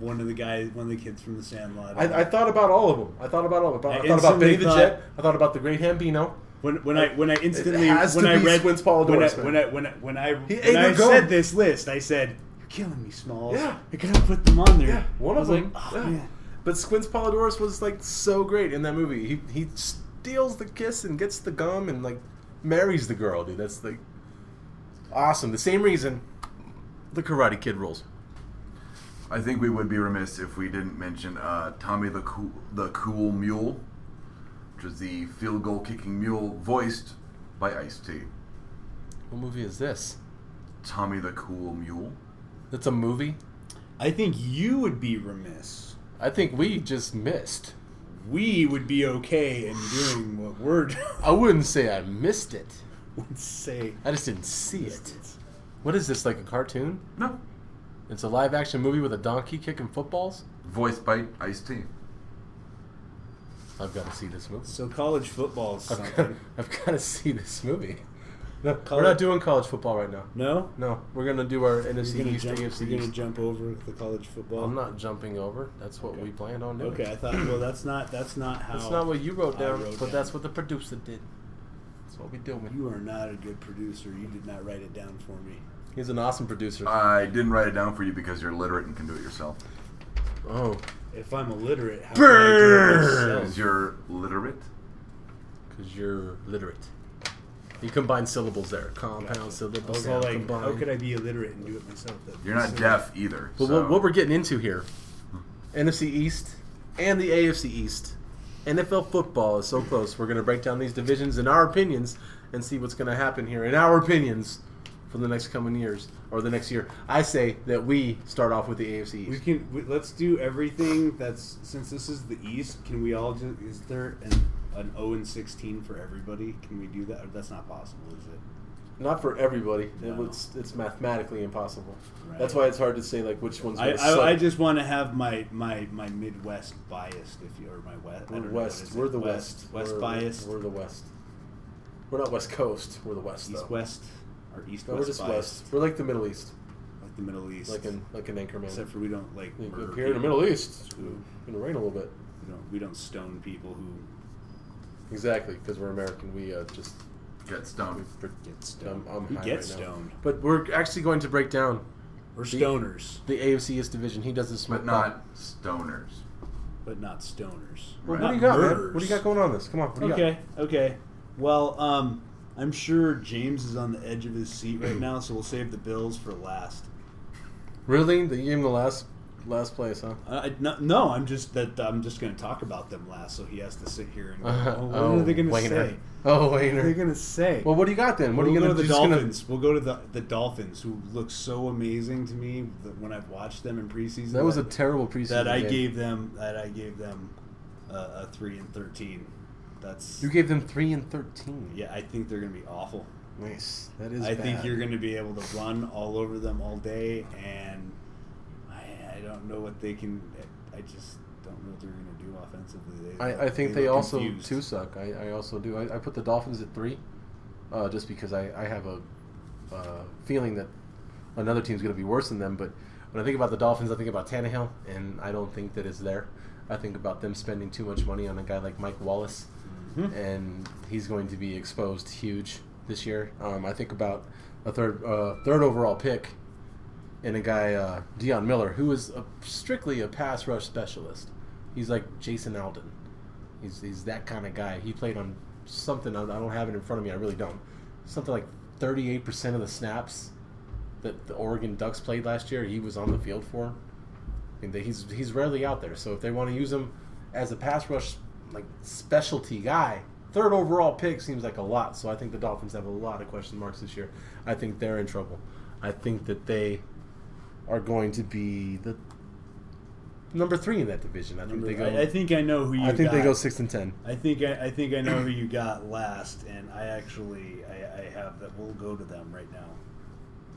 S2: one of the guys, one of the kids from the Sandlot. on.
S3: I, I thought about all of them. I thought about all of them. I,
S2: I
S3: thought about
S2: instantly
S3: Benny the
S2: thought-
S3: Jet. I thought about the Great Hambino.
S2: When, when I when I instantly
S3: has
S2: when
S3: to
S2: I
S3: be
S2: read
S3: Squints Paul
S2: when I,
S3: Doris, man.
S2: when I when I when I,
S3: ate
S2: when I
S3: her gum.
S2: said this list, I said, "You're killing me, Smalls.
S3: Yeah.
S2: I gotta put them on there."
S3: Yeah, one
S2: I
S3: of
S2: was
S3: them.
S2: Like, oh,
S3: yeah.
S2: man.
S3: But Squints Polydorus was like so great in that movie. He he steals the kiss and gets the gum and like marries the girl, dude. That's like awesome. The same reason The Karate Kid rules.
S4: I think we would be remiss if we didn't mention uh, Tommy the cool, the cool Mule, which is the field goal kicking mule voiced by Ice T.
S3: What movie is this?
S4: Tommy the Cool Mule.
S3: That's a movie.
S2: I think you would be remiss.
S3: I think we just missed.
S2: We would be okay in doing what we're doing.
S3: I wouldn't say I missed it.
S2: would say.
S3: I just didn't see it. What is this like a cartoon?
S4: No,
S3: It's a live action movie with a donkey kicking footballs.
S4: voiced by Ice T.
S3: I've got to see this movie.
S2: So college football is
S3: I've got,
S2: something.
S3: I've got to see this movie. No,
S2: College-
S3: we're not doing college football right now.
S2: No,
S3: No, we're gonna do our
S2: you're
S3: NFC
S2: gonna
S3: East,
S2: jump.
S3: AFC
S2: You're gonna
S3: East.
S2: jump over the college football.
S3: I'm not jumping over. That's what we planned on doing.
S2: Okay, I thought. Well, that's not. That's not how.
S3: That's not what you wrote
S2: I
S3: down,
S2: wrote
S3: but
S2: down.
S3: that's what the producer did. That's what we doing.
S2: You are not a good producer. You did not write it down for me.
S3: He's an awesome producer.
S4: I didn't write it down for you because you're literate and can do it yourself.
S3: oh,
S2: If I'm illiterate, how can I do it
S3: Burn!
S2: myself?
S4: Because you're literate.
S3: because you're literate. You combine syllables there. Compound
S2: I
S3: syllable
S2: was all
S3: sound
S2: like,
S3: combined.
S2: how could I be illiterate and do it myself? That'd be
S4: You're not
S2: silly.
S4: deaf either.
S3: But
S4: so-
S3: what, what we're getting into here, NFC East and the AFC East, NFL football is so close. We're going to break down these divisions in our opinions and see what's going to happen here in our opinions for the next coming years or the next year. I say that we start off with the AFC
S2: We
S3: East.
S2: can we, let's do everything that's since this is the East. Can we all do? Is there an an zero and sixteen for everybody? Can we do that? Or that's not possible, is it?
S3: Not for everybody.
S2: No.
S3: It was, it's mathematically impossible.
S2: Right.
S3: That's why it's hard to say like which one's
S2: I,
S3: going to
S2: I, I just want to have my, my, my Midwest biased, if you or my West. I
S3: we're
S2: don't know, what
S3: West.
S2: is
S3: We're
S2: it?
S3: the West.
S2: West
S3: We're-
S2: biased.
S3: We're the West. We're not West Coast. We're the West.
S2: East
S3: though.
S2: West or East
S3: No,
S2: West
S3: we're just
S2: biased,
S3: West. We're like the Middle East.
S2: like the Middle East,
S3: like an like an anchorman.
S2: except for we don't like
S3: Yeah,
S2: murder
S3: up here in the
S2: people.
S3: Middle E- East,
S2: Ooh.
S3: it's gonna rain a little bit.
S2: We don't we don't stone people who
S3: Exactly, because we're American. We uh, just
S4: Get
S3: we,
S4: stoned.
S3: we're,
S2: get
S3: I'm,
S2: stoned.
S3: I'm
S2: we
S3: high
S2: get
S3: right now.
S2: stoned.
S3: But we're actually going to break down
S2: We're stoners,
S3: the AFC East division. He doesn't smoke
S4: But
S3: pot.
S4: not stoners.
S2: but not stoners.
S3: Well,
S4: Right.
S3: what do
S2: Not
S3: you got, man?
S2: murderers.
S3: What do you got going on this? Come on. What do you
S2: Okay, okay. Well, um, I'm sure James is on the edge of his seat right now, so we'll save the Bills for last.
S3: got? Really? They gave him the last last place, huh?
S2: I, I- no, no, I'm just that I'm just going to talk about them last, so he has to sit here and go,
S3: Uh-huh.
S2: oh, what are they going to
S3: Wayner.
S2: say?
S3: Oh,
S2: What are they
S3: Wayner.
S2: going to say?
S3: Well, what do you got then? What
S2: we'll
S3: are you
S2: go
S3: gonna
S2: to the
S3: just gonna-
S2: Dolphins. We'll go to the the Dolphins, who look so amazing to me that when I've watched them in preseason.
S3: That was a terrible preseason.
S2: that I
S3: game.
S2: gave them that I gave them a, a three and thirteen. That's
S3: You gave them three and thirteen.
S2: yeah. I think they're going to be awful.
S3: Nice. That is.
S2: I think
S3: bad.
S2: you're going to be able to run all over them all day, and I, I don't know what they can. I just don't know what they're going to do offensively. They,
S3: I, I think they,
S2: look
S3: also
S2: confused.
S3: too suck. I, I also do. I, I put the Dolphins at three, uh, just because I, I have a uh, feeling that another team's going to be worse than them. But when I think about the Dolphins, I think about Tannehill, and I don't think that it's there. I think about them spending too much money on a guy like Mike Wallace, and he's going to be exposed huge this year. Um, I think about a third uh, third overall pick and a guy uh, Dion Miller, who is a, strictly a pass rush specialist. He's like Jason Alden. He's he's that kind of guy. He played on something I I don't have it in front of me. I really don't. Something like thirty eight percent of the snaps that the Oregon Ducks played last year, he was on the field for. And they- he's he's rarely out there. So if they want to use him as a pass rush like specialty guy, third overall pick seems like a lot. So I think the Dolphins have a lot of question marks this year. I think they're in trouble. I think that they are going to be the number three in that division. I think they go.
S2: I, I think I know who you.
S3: I think they
S2: got.
S3: go six and ten.
S2: I think I, I think I know who you got last, and I actually I, I have that. We'll go to them right now.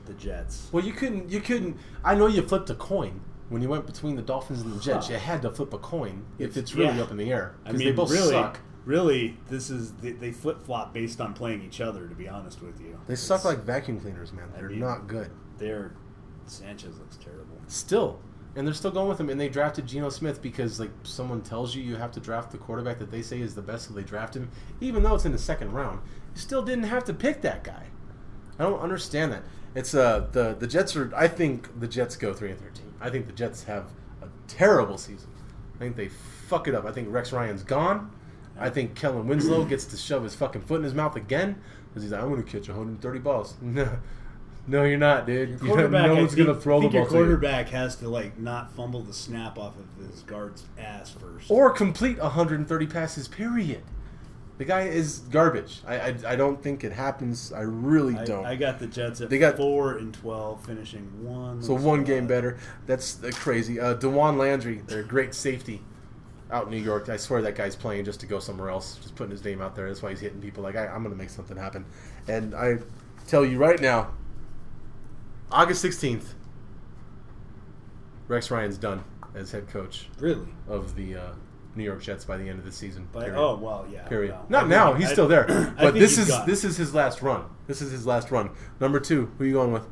S2: The Jets.
S3: Well, you couldn't. You couldn't. I know you flipped a coin when you went between the Dolphins and the Jets.
S2: Huh.
S3: You had to flip a coin if
S2: It's-
S3: it's really
S2: yeah.
S3: up in the air
S2: I
S3: because
S2: mean,
S3: they both
S2: really,
S3: suck.
S2: really, this is they, they flip flop based on playing each other. To be honest with you,
S3: They suck like vacuum cleaners, man. They're
S2: mean-
S3: not good.
S2: their Sanchez looks terrible.
S3: Still, and they're still going with him. And they drafted Geno Smith because like someone tells you you have to draft the quarterback that they say is the best, so they draft him, even though it's in the second round. You still didn't have to pick that guy. I don't understand that. It's uh the the Jets are. I think the Jets go three and thirteen. I think the Jets have a terrible season. I think they fuck it up. I think Rex Ryan's gone. I think Kellen Winslow gets to shove his fucking foot in his mouth again because he's like, I'm going to catch 130 balls. No,
S5: No, you're not, dude. You know,
S2: Quarterback,
S5: no
S2: I
S5: one's
S2: think-
S5: gonna throw the
S2: think
S5: ball
S2: your
S5: to you.
S2: quarterback has to like not fumble the snap off of his guard's ass first.
S5: or
S2: Or
S5: complete 130 passes. Period.
S3: The guy is garbage. I, I, I don't think it happens. I really
S2: I,
S3: don't.
S2: I got the Jets at
S3: They got-
S2: four and twelve, finishing one.
S3: so one game better. That's uh, crazy. Uh, Dewan Landry, their great safety out in New York. I swear that guy's playing just to go somewhere else. Just putting his name out there. That's why he's hitting people. Like I, I'm going to make something happen. And I tell you right now, August 16th, Rex Ryan's done as head coach
S2: Really?
S3: of the uh, New York Jets by the end of the season.
S2: But
S3: period.
S2: oh well, yeah.
S3: Period.
S2: well,
S3: Not
S2: I
S3: now.
S2: think-
S3: He's
S2: I-
S3: still there.
S2: I
S3: But
S2: think
S3: this
S2: he's
S3: is
S2: gone.
S3: this is his last run. This is his last run. Number two. Who are you going with?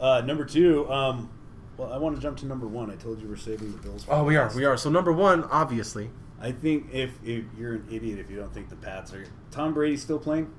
S2: Uh, number two. Um, well, I want to jump to number one. I told you we're saving the Bills. for
S3: Oh, we are.
S2: last.
S3: We are. So number one, obviously.
S2: I think if, if you're an idiot if you don't think the Pats are. Tom Brady's still playing.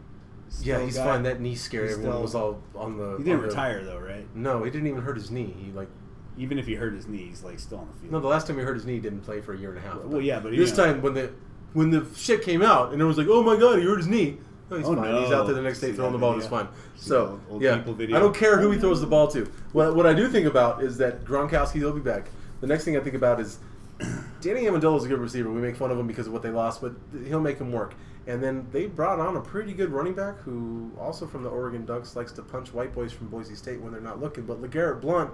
S2: Still got-
S3: That knee scared.
S2: He's still-
S3: all on the.
S2: He didn't
S3: on the-
S2: retire though, right?
S3: No, he didn't even hurt his knee. He like
S2: Even if he hurt his knee, he's like still on the field.
S3: no. The last time he hurt his knee, he didn't play for a year and a half.
S2: Well, yeah, but, you
S3: this
S2: know.
S3: time when the when the shit came out and it was like, oh my god, he hurt his knee. No, he's
S2: Oh,
S3: fine.
S2: no.
S3: He's out there the next day
S2: See
S3: throwing
S2: that
S3: the ball.
S2: video?
S3: He's fine.
S2: See the
S3: So
S2: old- old
S3: yeah,
S2: people video?
S3: I don't care who he throws the ball to. What what I do think about is that Gronkowski he'll be back. The next thing I think about is Danny Amendola is a good receiver. We make fun of him because of what they lost, but he'll make him work. And then they brought on a pretty good running back who also from the Oregon Ducks likes to punch white boys from Boise State when they're not looking. But LeGarrette Blunt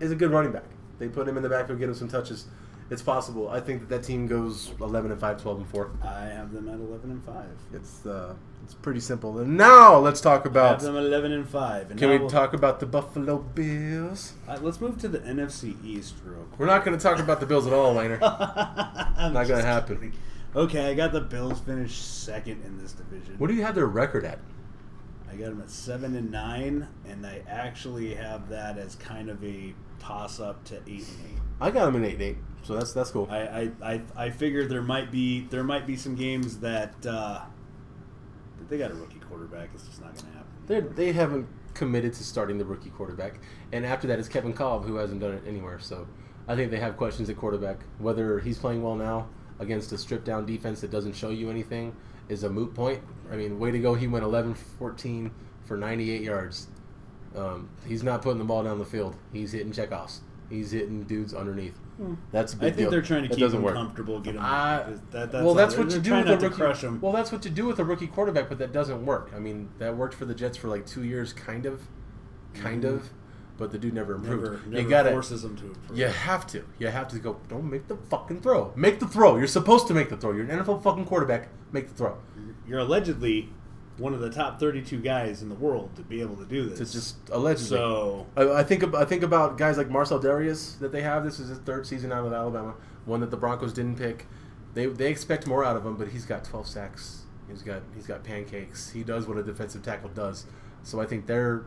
S3: is a good running back. They put him in the backfield, get him some touches. It's possible. I think that that team goes 11 and 5, 12 and 4.
S2: I have them at eleven and five.
S3: It's uh, it's pretty simple. And now let's talk
S2: I have
S3: about.
S2: them at eleven and five. And
S3: Oh. Can
S2: now
S3: we
S2: we'll-
S3: talk about the Buffalo Bills?
S2: Uh, let's move to the NFC East real quick.
S3: We're not going to talk about the Bills at all, Laner.
S2: not
S3: gonna happen.
S2: Okay, I got the Bills finished second in this division.
S3: What do you have their record at?
S2: I got them at seven and nine, and I actually have that as kind of a toss up to eight and eight.
S3: I got them an eight eight, so that's that's cool.
S2: I, I, I, I figure there might be there might be some games that uh, that they got a rookie quarterback. It's just not going to happen.
S3: They're, they haven't committed to starting the rookie quarterback, and after that is Kevin Cobb, who hasn't done it anywhere. So I think they have questions at quarterback. Whether he's playing well now against a stripped down defense that doesn't show you anything is a moot point. I mean, way to go! He went 11 for 14 for 98 yards. Um, he's not putting the ball down the field. He's hitting checkoffs. He's hitting dudes underneath. That's a
S2: Hmm. I
S3: big
S2: think
S3: deal.
S2: they're trying to
S3: That
S2: keep
S3: doesn't
S2: them
S3: work.
S2: comfortable. Get them.
S3: I-
S2: that,
S3: well,
S2: all.
S3: that's
S2: They're-
S3: what you
S2: they're
S3: do
S2: trying
S3: with a
S2: not to
S3: rookie.
S2: crush them.
S3: Well, that's what you do with a rookie quarterback, but that doesn't work. I mean, that worked for the Jets for like two years, kind of, kind of, but the dude never improved.
S2: Mm-hmm. never,
S3: you
S2: never
S3: gotta,
S2: forces them to improve.
S3: you have to, you have to go. Don't make the fucking throw. Make the throw. You're supposed to make the throw. You're an NFL fucking quarterback. Make the throw.
S2: You're allegedly one of the top 32 guys in the world to be able to do this.
S3: It's just allegedly.
S2: so
S3: I, I think ab- I think about guys like Marcel Darius that they have. This is his third season out of Alabama, one that the Broncos didn't pick. They they expect more out of him, but he's got 12 sacks. He's got he's got pancakes. He does what a defensive tackle does. So I think their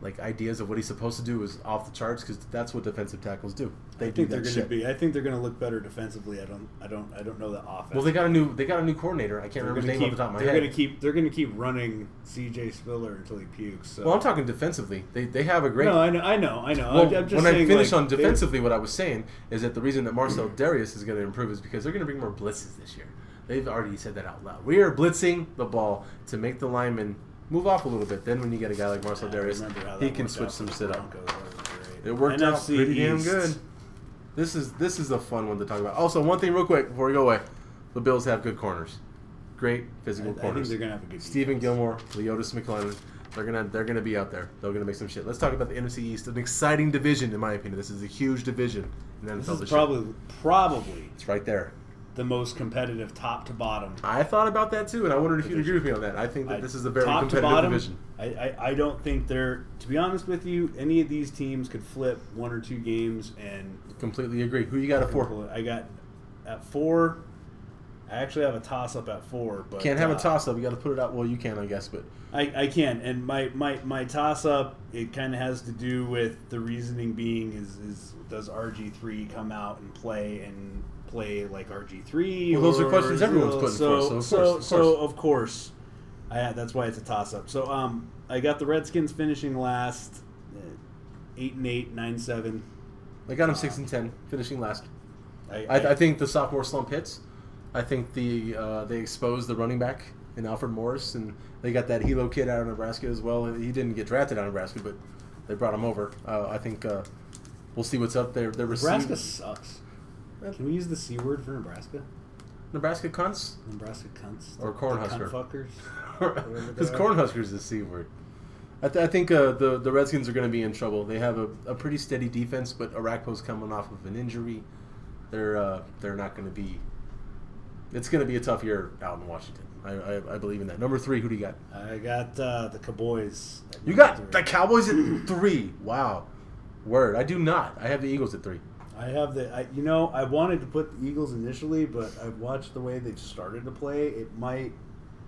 S3: like ideas of what he's supposed to do is off the charts because that's what defensive tackles do. They
S2: I
S3: do
S2: think they're
S3: that
S2: going to
S3: shit.
S2: be. I think they're going to look better defensively. I don't. I don't. I don't know the offense.
S3: well, they got a new they got a new coordinator. I can't
S2: They're
S3: remember his
S2: gonna
S3: name
S2: keep,
S3: off the top of my
S2: they're
S3: head.
S2: gonna keep. They're going to keep running C.J. Spiller until he pukes. So.
S3: well, I'm talking defensively. They they have a great
S2: No, I know. I know. I know.
S3: Well,
S2: I'm, I'm just
S3: when
S2: saying,
S3: I finish
S2: like,
S3: on
S2: they-
S3: defensively, what I was saying is that the reason that Marcel Darius is going to improve is because they're going to bring more blitzes this year. They've already said that out loud. We are blitzing the ball to make the lineman move off a little bit. Then when you get a guy like Marcel
S2: I
S3: Darius,
S2: remember how that
S3: he can
S2: worked
S3: switch
S2: out
S3: some
S2: for the
S3: shit up.
S2: Broncos. That was great.
S3: It worked out
S2: NFC
S3: pretty damn
S2: East.
S3: good. This is this is a fun one to talk about. Also, one thing real quick before we go away, the Bills have good corners, great
S2: I,
S3: physical
S2: I think
S3: corners.
S2: they're going to have a good.
S3: Stephen
S2: defense.
S3: Gilmore, Leotis McClellan, they're gonna they're gonna be out there. They're gonna make some shit. Let's talk about the NFC East, an exciting division in my opinion. This is a huge division in the NFL.
S2: This is
S3: year.
S2: probably probably
S3: it's right there.
S2: the most competitive top to bottom.
S3: I thought about that too, and I wondered if you'd agree with me on that. I think that
S2: I-
S3: this is a very
S2: top to
S3: competitive
S2: bottom,
S3: division.
S2: I, I, I don't think they're. To be honest with you, any of these teams could flip one or two games and
S3: Completely agree. Who you got at four?
S2: pull it. I got at four. I actually have a toss up at four, but
S3: Can't have a
S2: uh,
S3: toss up. You got to put it out. Well, you can, I guess, but
S2: I, I can, and my my, my toss up it kind of has to do with the reasoning being is is does RG three come out and play and play like RG three?
S3: Well, those are questions everyone's putting
S2: so so
S3: forth, so of
S2: so
S3: course, of
S2: so of course, I that's why it's a toss up. So um, I got the Redskins finishing last, uh, eight and eight, nine seven.
S3: I got him six and ten, finishing last.
S2: I,
S3: I, I think the sophomore slump hits. I think the uh, they expose the running back and Alfred Morris, and they got that Hilo kid out of Nebraska as well. He didn't get drafted out of Nebraska, but they brought him over. Uh, I think uh, we'll see what's up there. Their
S2: Nebraska
S3: receiver-
S2: sucks. Can we use the c word for Nebraska?
S3: Nebraska cunts.
S2: Nebraska cunts The-
S3: Or
S2: the cunt
S3: Cornhusker.
S2: fuckers. Whatever
S3: Because
S2: they are.
S3: Cornhuskers is a C word. I, th- I think uh, the the Redskins are going to be in trouble. They have a, a pretty steady defense, but Arakpo's coming off of an injury. They're uh, they're not going to be. It's going to be a tough year out in Washington. I, I, I believe in that. Number three, who do you got?
S2: I got uh, the Cowboys. at
S3: You
S2: number
S3: got
S2: three.
S3: the Cowboys at three. Wow, word. I do not. I have the Eagles at three.
S2: I have the. I, you know, I wanted to put the Eagles initially, but I've watched the way they've started to play. It might.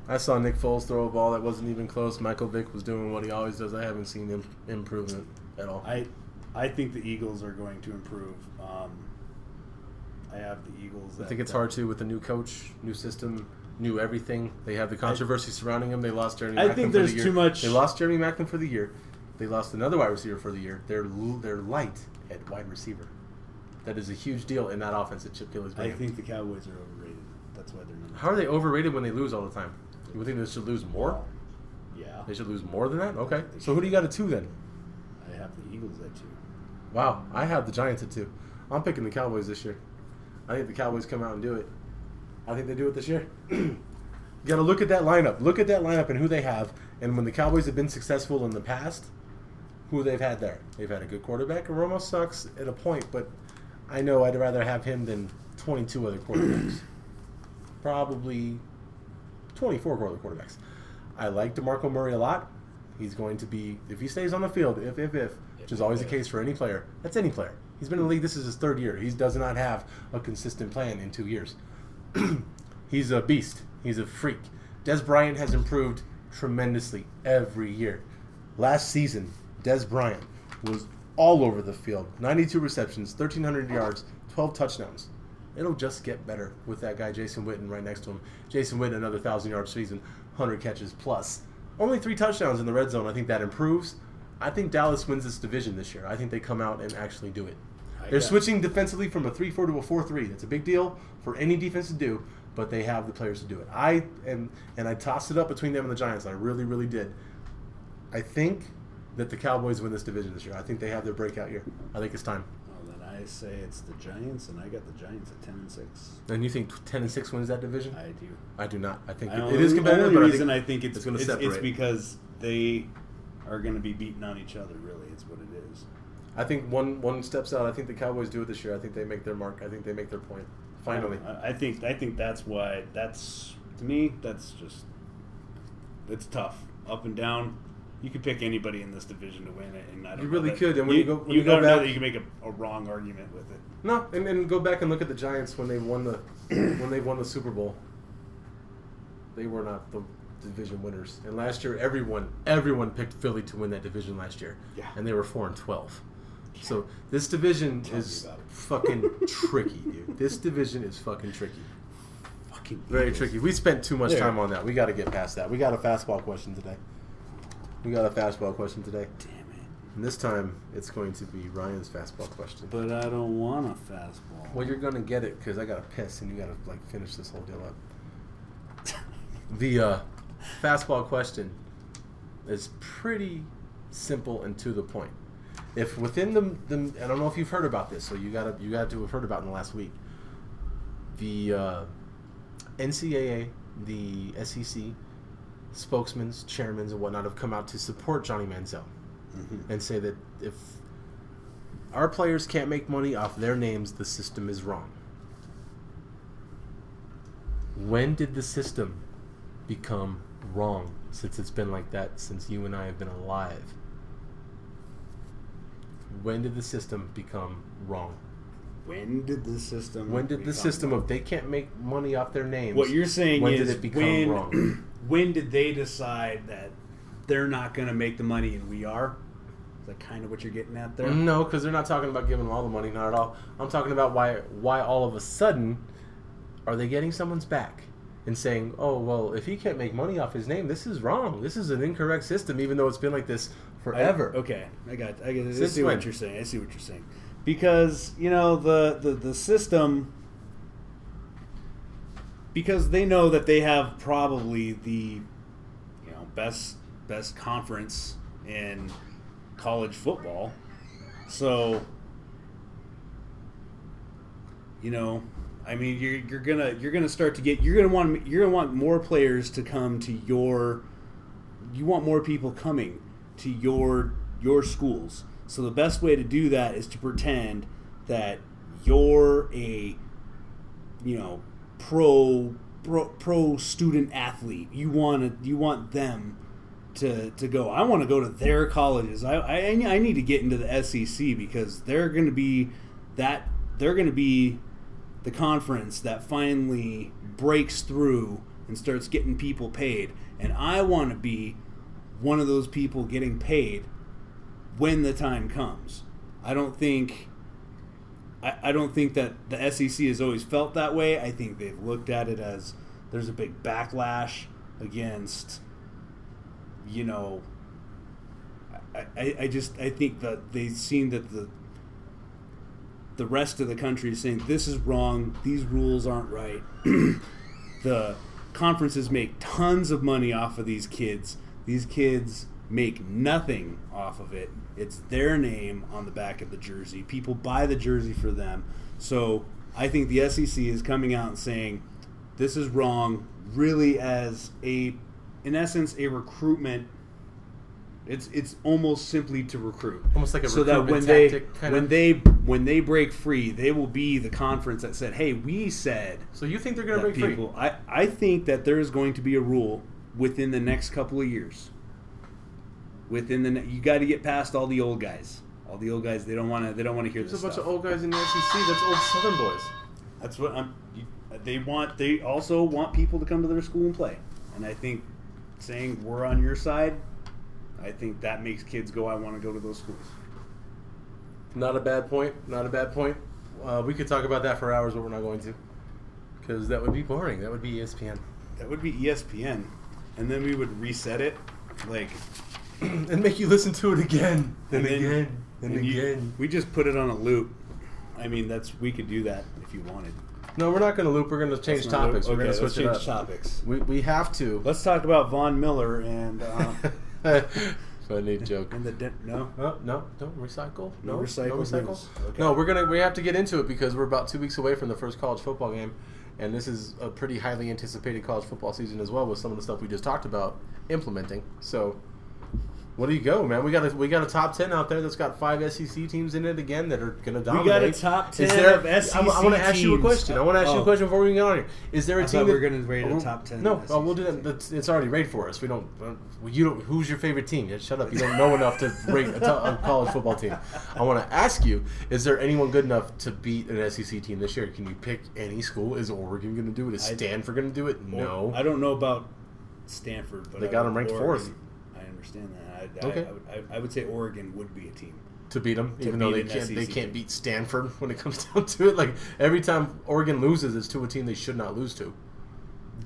S3: I saw Nick Foles throw a ball that wasn't even close. Michael Vick was doing what he always does. I haven't seen him improvement at all.
S2: I, I think the Eagles are going to improve. Um, I have the Eagles.
S3: I
S2: at-
S3: think it's hard to with a new coach, new system, new everything. They have the controversy surrounding them. They lost Jeremy.
S2: I
S3: Macklin
S2: think
S3: for
S2: there's
S3: the year.
S2: too much-
S3: They lost Jeremy Macklin for the year. They lost another wide receiver for the year. They're l- they're light at wide receiver. That is a huge deal in that offense that Chip Kelly's
S2: I
S3: bringing.
S2: think the Cowboys are overrated. That's why they're number.
S3: How are they overrated when they lose all the time? You would think they should lose more.
S2: Yeah,
S3: They should lose more than that. Okay. So who do you got at two then?
S2: I have the Eagles at two.
S3: Wow, I have the Giants at two. I'm picking the Cowboys this year. I think the Cowboys come out and do it. I think they do it this year. you got to look at that lineup. Look at that lineup and who they have. And when the Cowboys have been successful in the past, who they've had there. They've had a good quarterback. And Romo sucks at a point, but I know I'd rather have him than 22 other quarterbacks. Probably 24 other quarterbacks. I like DeMarco Murray a lot. He's going to be, if he stays on the field, if, if, if, which is always the case for any player, that's any player. He's been in the league, this is his third year. He does not have a consistent plan in two years. He's a beast. He's a freak. Des Bryant has improved tremendously every year. Last season, Des Bryant was all over the field 92 receptions, 1,300 yards, 12 touchdowns. It'll just get better with that guy, Jason Witten, right next to him. Jason Witten, another 1,000 yard season, 100 catches plus. Only three touchdowns in the red zone. I think that improves. I think Dallas wins this division this year. I think they come out and actually do it.
S2: I
S3: They're
S2: got-
S3: switching defensively from a 3 4 to a 4 3. That's a big deal for any defense to do, but they have the players to do it. I and and I tossed it up between them and the Giants. I really, really did. I think that the Cowboys win this division this year. I think they have their breakout year. I think it's time.
S2: Well, then I say it's the Giants, and I got the Giants at ten and six.
S3: And you think 10 and 6 wins that division?
S2: I do.
S3: I, do not. I think
S2: I
S3: it-
S2: only,
S3: it is competitive,
S2: The
S3: but
S2: only
S3: I
S2: reason
S3: think,
S2: I think it's,
S4: it's gonna
S2: it's, it's
S4: separate.
S2: because they are going to be beating on each other. Really, it's what it is.
S3: I think one one steps out. I think the Cowboys do it this year. I think they make their mark. I think they make their point. Finally.
S2: I, I think I think that's why that's to me that's just it's tough up and down. You could pick anybody in this division to win it, and I don't
S3: You
S2: know
S3: really
S2: that-
S3: could, and when you go- when you go
S2: don't know
S3: back-
S2: that you can make a, a wrong argument with it.
S3: No, and, and go back and look at the Giants when they won the when they won the Super Bowl. They were not the division winners, and last year everyone everyone picked Philly to win that division last year,
S2: Yeah.
S3: and they were four and twelve. So this division
S2: me
S3: is
S2: about it.
S3: fucking tricky, dude. This division is fucking tricky,
S2: Fucking
S3: very
S2: Eagles.
S3: tricky. We spent too much
S2: There.
S3: time on that. We got to get past that. We got a fastball question today. We got a fastball question today,
S2: Damn it!
S3: and this time it's going to be Ryan's fastball question.
S2: But I don't want a fastball.
S3: Well, you're gonna get it because I gotta piss and you gotta like finish this whole deal up. The uh, fastball question is pretty simple and to the point. If within the, the, I don't know if you've heard about this, so you gotta you got to have heard about it in the last week. The uh, NCAA, the SEC, spokesmen's, chairmans, and whatnot have come out to support Johnny Manziel and say that if our players can't make money off their names, the system is wrong. When did the system become wrong since it's been like that since you and I have been alive? When did the system become wrong?
S2: When did the system?
S3: When did the
S2: become
S3: system
S2: wrong?
S3: of they can't make money off their names?
S2: What you're saying
S3: when
S2: is
S3: did it become
S2: when,
S3: wrong?
S2: when did they decide that they're not going to make the money and we are? Is that kind of what you're getting at there?
S3: No, because they're not talking about giving them all the money, not at all. I'm talking about why why all of a sudden are they getting someone's back and saying, oh well, if he can't make money off his name, this is wrong. This is an incorrect system, even though it's been like this forever.
S2: Okay, I got. I, got, I
S3: Since
S2: see
S3: when?
S2: what you're saying. I see what you're saying. Because you know the the, the system because they know that they have probably the you know best best conference in college football. So you know, I mean you're you're gonna you're gonna start to get you're gonna want you're gonna want more players to come to your you want more people coming to your your schools. So the best way to do that is to pretend that you're a you know pro pro, pro student athlete. You want to you want them to to go. I want to go to their colleges. I, I I need to get into the SEC because they're going to be that they're going to be the conference that finally breaks through and starts getting people paid. And I want to be one of those people getting paid when the time comes. I don't think I, I don't think that the SEC has always felt that way. I think they've looked at it as there's a big backlash against, you know, I, I, I just I think that they've seen that the the rest of the country is saying this is wrong, these rules aren't right. the conferences make tons of money off of these kids. These kids make nothing off of it. It's their name on the back of the jersey. People buy the jersey for them. So I think the SEC is coming out and saying this is wrong. Really, as a, in essence, a recruitment. It's it's almost simply to recruit.
S3: Almost like a
S2: so that when
S3: recruitment
S2: they
S3: tactic, kind
S2: when
S3: of.
S2: they when they break free, they will be the conference that said, "Hey, we said."
S3: So you think they're going to
S2: that
S3: break
S2: people. I, I think that there is going to be a rule within the next couple of years. Within the ne- you got to get past all the old guys. All the old guys they don't want to they don't want to hear
S3: free? There's
S2: this
S3: a bunch
S2: stuff.
S3: of old guys in the SEC. That's old Southern boys.
S2: That's what I'm. You, they want they also want people to come to their school and play. And I think saying we're on your side, I think that makes kids go. I want to go to those schools.
S3: Not a bad point. Not a bad point. Uh, we could talk about that for hours, but we're not going to, because that would be boring. That would be E ESPN.
S2: That would be E ESPN, and then we would reset it, like
S3: and make you listen to it again
S2: then-
S3: and, again and,
S2: and you-
S3: again.
S2: we just put it on a loop. I mean, that's we could do that if you wanted.
S3: No, we're not going to loop. We're going to change
S2: Let's not
S3: topics.
S2: loop.
S3: we're going
S2: Okay,
S3: to switch
S2: let's
S3: it up.
S2: change topics.
S3: We, we have to.
S2: Let's talk about Von Miller and uh,
S3: Funny joke.
S2: and the de- no.
S3: Oh, no, don't recycle.
S2: No
S3: No,
S2: recycle
S3: No, recycle.
S2: news. Okay.
S3: no, we're gonna we have to get into it because we're about two weeks away from the first college football game, and this is a pretty highly anticipated college football season as well with some of the stuff we just talked about implementing. So, what do you go, man? We got a we got a top ten out there that's got five SEC teams in it again that are gonna dominate.
S2: got a top 10 of
S3: I, want
S2: SEC
S3: to ask you a
S2: teams.
S3: question. I want to ask you
S2: Oh.
S3: a question before we get on here. Is there a
S2: I
S3: team
S2: thought we
S3: that,
S2: were gonna rate a
S3: Oh,
S2: top 10
S3: No,
S2: SEC
S3: well, we'll do that. That's, it's already rated for us. We don't. uh, You don't. Who's your favorite team? Yeah, shut up. You don't know enough to rate a, to- a college football team. I want to ask you: Is there anyone good enough to beat an SEC team this year? Can you pick any school? Is Oregon going to do it? Is
S2: I-
S3: Stanford going to do it? No.
S2: I don't know about Stanford, but
S3: They
S2: I
S3: got
S2: would-
S3: 'em ranked
S2: Oregon-
S3: fourth.
S2: I understand that. I, I,
S3: Okay.
S2: I, would, I, I would say Oregon would be a team.
S3: to beat them,
S2: To
S3: even though
S2: beat
S3: they
S2: an
S3: can't. They
S2: SEC team.
S3: can't beat Stanford when it comes down to it. Like every time Oregon loses, it's to a team they should not lose to.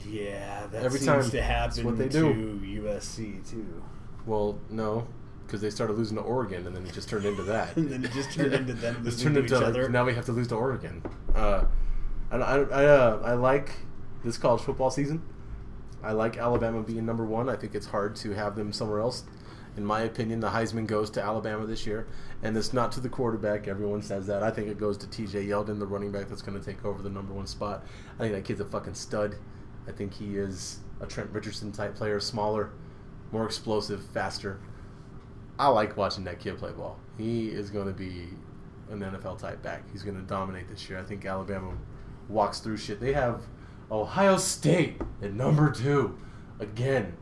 S2: Yeah, that
S3: Every
S2: seems
S3: time.
S2: to
S3: That's
S2: happen
S3: what they
S2: to
S3: do.
S2: USC too.
S3: Well, no, because they started losing to Oregon, and then it just turned into that.
S2: And then it just turned into them
S3: It's
S2: losing
S3: turned
S2: to
S3: into
S2: each
S3: like,
S2: other.
S3: now we have to lose to Oregon. Uh, I I I, uh, I like this college football season. I like Alabama being number one. I think it's hard to have them somewhere else. In my opinion, the Heisman goes to Alabama this year, and it's not to the quarterback. Everyone says that. I think it goes to T.J. Yeldon, the running back that's going to take over the number one spot. I think that kid's a fucking stud. I think he is a Trent Richardson type player, smaller, more explosive, faster. I like watching that kid play ball. He is going to be an NFL type back. He's going to dominate this year. I think Alabama walks through shit. They have Ohio State at number two again.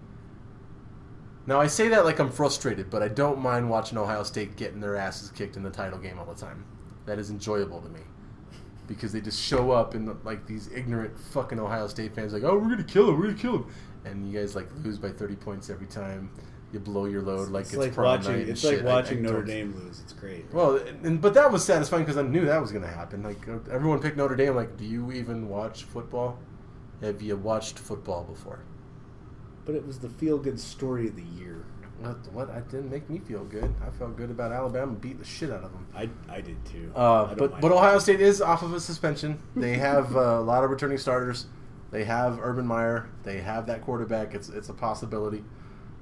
S3: Now I say that like I'm frustrated, but I don't mind watching Ohio State getting their asses kicked in the title game all the time. That is enjoyable to me because they just show up and like these ignorant fucking Ohio State fans like, oh, we're gonna kill him, we're gonna kill him, and you guys like lose by 30 points every time. You blow your load like
S2: it's,
S3: it's,
S2: like
S3: prom night
S2: watching.
S3: and
S2: It's
S3: shit.
S2: like
S3: I- I
S2: watching Notre
S3: don't-
S2: Dame lose. It's great.
S3: Well, and, but that was satisfying because I knew that was going to happen. Like uh, everyone picked Notre Dame. Like, do you even watch football? Have you watched football before?
S2: But it was the feel good story of the year.
S3: What? What? It didn't make me feel good. I felt good about Alabama beating the shit out of them.
S2: I, I did too. I
S3: Uh,
S2: don't
S3: but
S2: mind
S3: but
S2: it.
S3: Ohio State is off of a suspension. They have uh, a lot of returning starters. They have Urban Meyer. They have that quarterback. It's it's a possibility.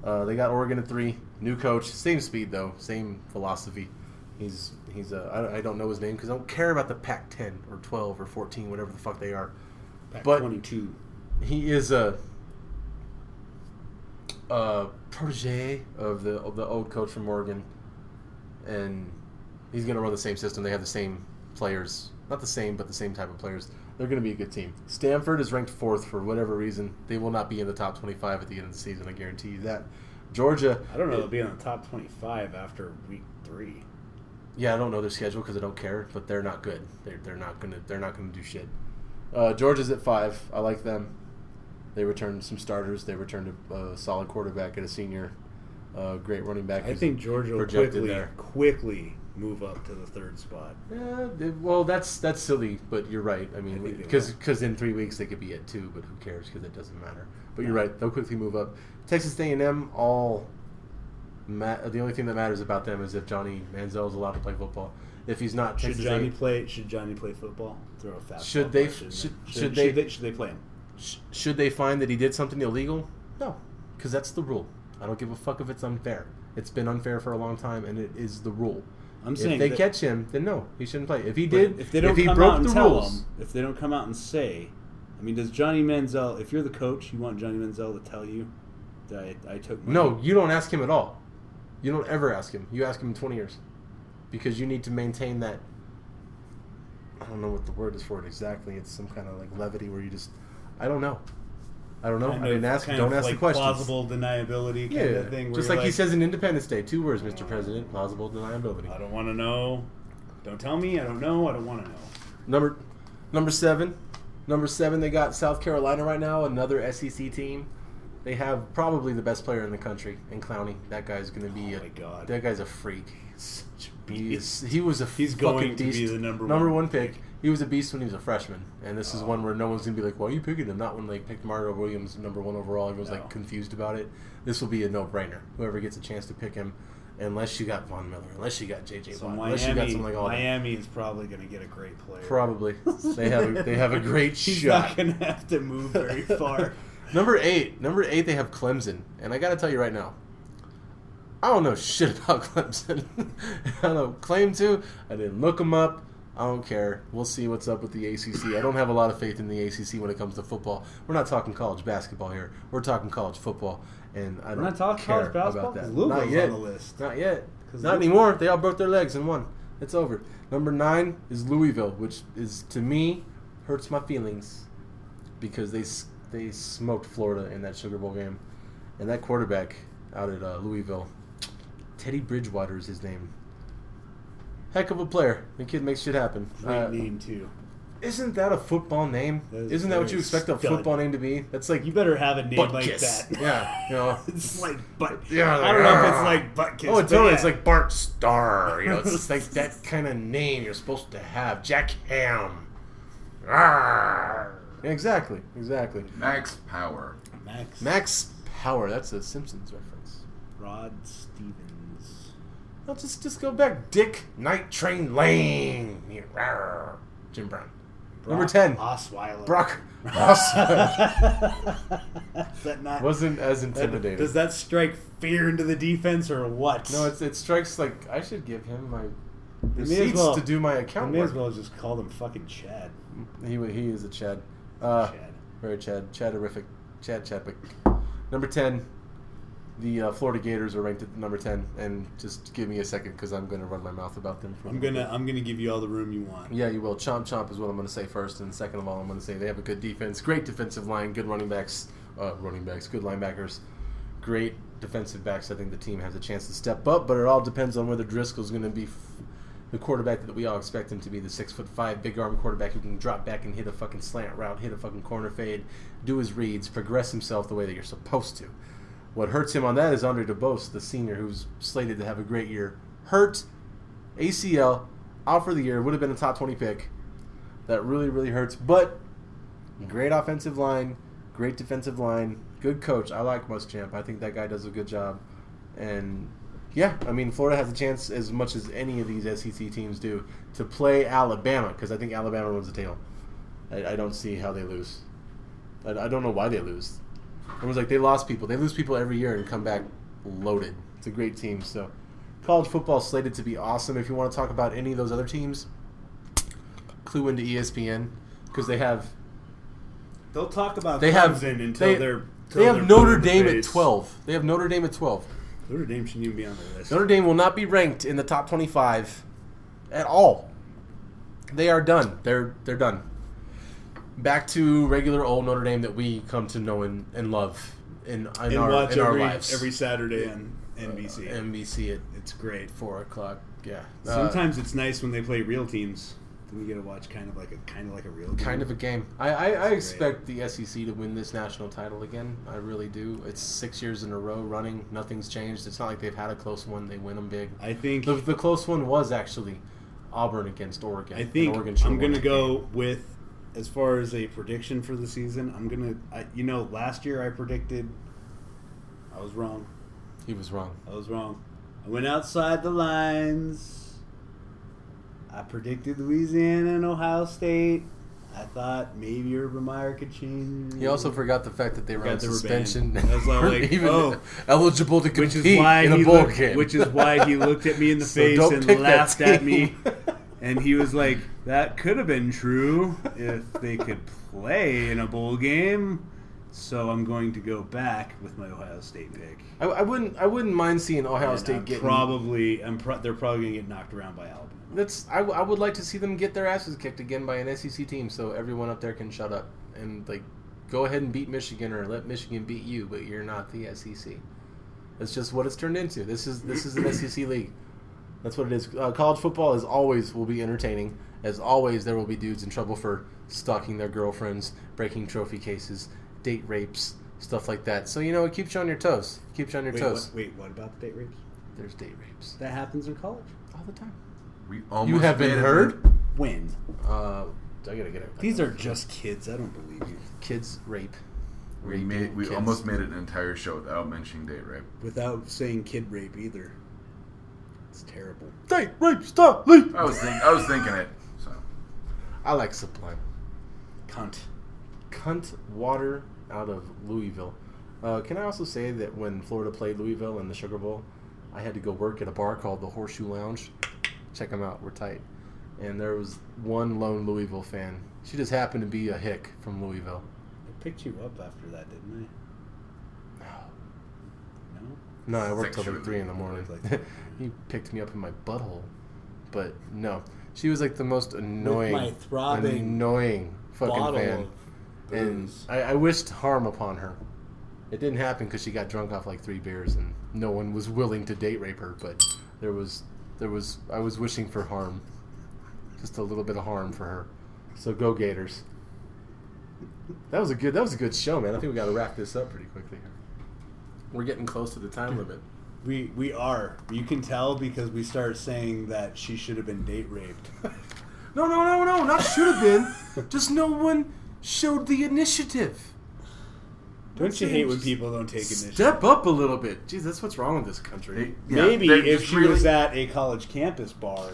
S3: Uh, they got Oregon at three. New coach, same speed though, same philosophy. He's he's uh, I, don't- I don't know his name because I don't care about the Pac-10 or 12 or 14, whatever the fuck they are.
S2: Pac
S3: But-
S2: 22.
S3: He is a, a protege of the of the old coach from Oregon, and he's going to run the same system. They have the same players, not the same, but the same type of players. They're going to be a good team. Stanford is ranked fourth for whatever reason. They will not be in the top twenty-five at the end of the season. I guarantee you that. Georgia,
S2: I don't know. They'll be in the top 25 after week three.
S3: yeah, I don't know their schedule because I don't care, but they're not good. They're, they're not gonna they're not gonna do shit. Uh, Georgia's at five. I like them. They returned some starters. They returned a, a solid quarterback and a senior, uh, great running back.
S2: I think Georgia will
S3: Projected
S2: quickly,
S3: there.
S2: quickly move up to the third spot.
S3: Yeah, they- well, that's that's silly, but you're right. I
S2: I
S3: mean,
S2: think they
S3: because
S2: will.
S3: in three weeks they could be at two, but who cares? Because it doesn't matter. But you're right; they'll quickly move up. Texas A&M, all. Ma- the only thing that matters about them is if Johnny Manziel is allowed to play football. If he's not,
S2: Should
S3: Texas
S2: Johnny
S3: A-
S2: play? Should Johnny play football? Throw a fastball.
S3: Should they-
S2: question.
S3: should-
S2: should,
S3: should they-
S2: should they? Should they play him?
S3: Sh- should they find that he did something illegal? No, because that's the rule. I don't give a fuck if it's unfair. It's been unfair for a long time, and it is the rule.
S2: I'm
S3: if
S2: saying
S3: they
S2: that-
S3: catch him, then no, he shouldn't play. If he
S2: But
S3: did,
S2: if they don't
S3: he
S2: come
S3: broke
S2: out and
S3: the
S2: tell
S3: rules,
S2: him, if they don't come out and say, I mean, does Johnny Manziel? If you're the coach, you want Johnny Manziel to tell you that I, I took money?
S3: no, you don't ask him at all. You don't ever ask him. You ask him in 20 years, because you need to maintain that. I don't know what the word is for it exactly. It's some kind of like levity where you just, I don't know, I don't know. I,
S2: Kind of-
S3: didn't ask.
S2: kind
S3: Don't
S2: of
S3: ask
S2: like
S3: the questions.
S2: Plausible deniability kind
S3: Yeah,
S2: of thing. where
S3: just
S2: you're
S3: like, he says in Independence Day, two words, Mr. President, plausible deniability.
S2: I don't want to know. Don't tell me. I don't know. I don't want to know.
S3: Number, number seven, number seven. They got South Carolina right now, another SEC team. They have probably the best player in the country, in Clowney. That guy's going to be
S2: Oh
S3: a
S2: my God.
S3: that guy's a freak. He, is, he was a
S2: He's
S3: fucking
S2: going to be
S3: beast.
S2: the number one Oh.
S3: one pick. He was a beast when he was a freshman, and this is one where no one's gonna be like, "Why are you picking him?" Not when they picked Mario Williams number one overall. Everyone's
S2: No.
S3: like confused about it. This will be a no-brainer. Whoever gets a chance to pick him, unless you got Von Miller, unless you got JJ,
S2: So
S3: Watt, unless you got
S2: Miami,
S3: something like all that.
S2: Miami is probably going to get a great player.
S3: Probably. They have a, they have a great
S2: He's
S3: shot.
S2: not going to have to move very far.
S3: number eight, number eight, they have Clemson, and I gotta tell you right now, I don't know shit about Clemson. I don't know claim to. I didn't look them up. I don't care. We'll see what's up with the ACC. I don't have a lot of faith in the ACC when it comes to football. We're not talking college basketball here. We're talking college football, and I don't
S2: not talking
S3: care
S2: college basketball
S3: about that.
S2: 'cause Louisville's
S3: not yet.
S2: on the list.
S3: Not yet.
S2: 'Cause
S3: Not
S2: Lou-
S3: anymore. They all broke their legs and won. It's over. Number nine is Louisville, which is to me hurts my feelings because they s- they smoked Florida in that Sugar Bowl game, and that quarterback out at uh, Louisville, Teddy Bridgewater is his name. Heck of a player. The kid makes shit happen.
S2: Great
S3: Uh,
S2: name too.
S3: isn't that a football name?
S2: That is
S3: isn't that what
S2: very
S3: you expect a
S2: stud.
S3: football name to be? That's like
S2: You better have a name like
S3: Butkus.
S2: that.
S3: Yeah, you know.
S2: It's like butt.
S3: Yeah,
S2: I don't know if
S3: like,
S2: it's like butt kiss.
S3: Oh,
S2: but
S3: totally. It's
S2: yeah.
S3: like Bart Starr. You know, it's just like that kind of name you're supposed to have. Jack Ham. Arrgh. Exactly. Exactly.
S4: Max Power.
S2: Max
S3: Max Power. That's a Simpsons reference.
S2: Rod Stevens.
S3: No, just just go back. Dick Night Train Lane. You- Arrgh. Jim Brown. Number
S2: Brock
S3: ten.
S2: Osweiler.
S3: Brock. Osweiler.
S2: Is that not?
S3: Wasn't as
S2: that,
S3: intimidating.
S2: does that strike fear into the defense or what?
S3: no, it's, it strikes like I should give him my
S2: as
S3: receipts
S2: well-
S3: to do my
S2: I
S3: account
S2: may
S3: work.
S2: as well just call them fucking Chad.
S3: He wa- he is a Chad. Uh,
S2: Chad.
S3: Very Chad. Chadorific. Chad Chadwick. Number 10. The uh, Florida Gators are ranked at number 10. And just give me a second because I'm going to run my mouth about them. For a
S2: I'm
S3: little
S2: gonna I'm gonna give you all the room you want.
S3: bit. Yeah, you will. Chomp Chomp is what I'm going to say first. And second of all, I'm going to say they have a good defense, great defensive line, good running backs, uh, running backs, good linebackers, great defensive backs. I think the team has a chance to step up, but it all depends on whether Driscoll's going to be. F- the quarterback that we all expect him to be, the six foot five big arm quarterback who can drop back and hit a fucking slant route, hit a fucking corner fade, do his reads, progress himself the way that you're supposed to. What hurts him on that is Andre DeBose, the senior who's slated to have a great year. Hurt, ACL, out for the year, would have been a top 20 pick. That really, really hurts. But great offensive line, great defensive line, good coach. I like Muschamp. I think that guy does a good job. And yeah, I mean Florida has a chance as much as any of these SEC teams do to play Alabama because I think Alabama runs the table. I, I don't see how they lose. I, I don't know why they lose. Everyone's like they lost people. They lose people every year and come back loaded. It's a great team. So college football is slated to be awesome. If you want to talk about any of those other teams, clue into E ESPN because they have
S2: They'll talk about
S3: they have
S2: Clemson until
S3: they,
S2: they're
S3: they
S2: till
S3: have
S2: they're blue
S3: Notre
S2: in the
S3: Dame at
S2: face.
S3: twelve. They have Notre Dame at twelve.
S2: Notre Dame shouldn't even be on the list.
S3: Notre Dame will not be ranked in the top 25 at all. They are done. They're they're done. Back to regular old Notre Dame that we come to know and, and love in, in,
S2: and
S3: our,
S2: watch
S3: in our
S2: every
S3: lives. Uh,
S2: every Saturday on NBC.
S3: NBC at
S2: it's great.
S3: four o'clock. Yeah. Uh,
S2: Sometimes it's nice when they play real teams. Then you get to watch kind of like a kind of like a real game.
S3: kind of a game. I, I, I expect the SEC to win this national title again. I really do. It's six years in a row running. Nothing's changed. It's not like they've had a close one. They win them big.
S2: I think
S3: The, the close one was actually Auburn against Oregon.
S2: I
S3: and
S2: think
S3: Oregon should
S2: I'm
S3: have
S2: going to
S3: won.
S2: go with as far as a prediction for the season. I'm going to you know last year I predicted I was wrong.
S3: He was wrong.
S2: I was wrong. I went outside the lines. I predicted Louisiana and Ohio State. I thought maybe Urban Meyer could change.
S3: He also forgot the fact that they were
S2: Forgot
S3: on
S2: they were
S3: suspension.
S2: banned. That's why I'm
S3: Weren't
S2: like,
S3: even
S2: oh.
S3: eligible to compete
S2: which is why
S3: in a
S2: he
S3: bowl
S2: looked,
S3: game.
S2: which is why he looked at me in the
S3: So
S2: face
S3: don't pick
S2: and
S3: that
S2: laughed at
S3: team.
S2: me, and he was like, "That could have been true if they could play in a bowl game." So I'm going to go back with my Ohio State pick.
S3: I, I wouldn't. I wouldn't mind seeing Ohio
S2: And I'm
S3: State get.
S2: probably, I'm pro- they're probably going to get knocked around by Alabama.
S3: That's. I, I would like to see them get their asses kicked again by an SEC team, so everyone up there can shut up and like go ahead and beat Michigan or let Michigan beat you, but you're not the SEC. That's just what it's turned into. This is this is an SEC league. That's what it is. Uh, college football, as always, will be entertaining. As always, there will be dudes in trouble for stalking their girlfriends, breaking trophy cases, date rapes, stuff like that. So you know, it keeps you on your toes. Keeps you on your
S2: Wait,
S3: toes.
S2: what, wait, what about the date rapes?
S3: There's date rapes
S2: That happens in college.
S3: all the time.
S4: We almost
S3: You have
S4: made
S3: been
S4: it.
S3: heard.
S2: When
S3: Uh, I gotta get it.
S2: these are just kids, I don't believe you.
S3: kids rape.
S4: We made. We almost made it an entire show without mentioning date rape.
S2: Without saying kid rape either, it's terrible.
S3: date rape. Stop. Leave.
S4: I was think. I was thinking it. So
S3: Oh. I like Sublime.
S2: Cunt.
S3: Cunt water out of Louisville. Uh, can I also say that when Florida played Louisville in the Sugar Bowl, I had to go work at a bar called the Horseshoe Lounge. Check them out. We're tight. And there was one lone Louisville fan. She just happened to be a hick from Louisville.
S2: I picked you up after that, didn't I? No.
S3: No, I worked till like
S4: Sexually
S3: three in the morning.
S2: like that.
S3: he picked me up in my butthole, but no, she was like the most annoying,
S2: my throbbing
S3: annoying fucking fan. And I, I wished harm upon her. It didn't happen because she got drunk off like three beers, and no one was willing to date rape her. But there was, there was, I was wishing for harm, just a little bit of harm for her. So go Gators. That was a good. That was a good show, man. I think we got to wrap this up pretty quickly here. We're getting close to the time limit.
S2: we we are. You can tell because we start saying that she should have been date raped.
S3: No, no, no, no, not should have been. Just no one showed the initiative.
S2: Don't you
S3: saying
S2: hate when
S3: just
S2: people don't take initiative?
S3: Step up a little bit. Jeez, that's what's wrong with this country.
S4: They- yeah,
S2: Maybe
S4: they
S2: if
S4: just
S2: she
S4: really-
S2: was at a college campus bar,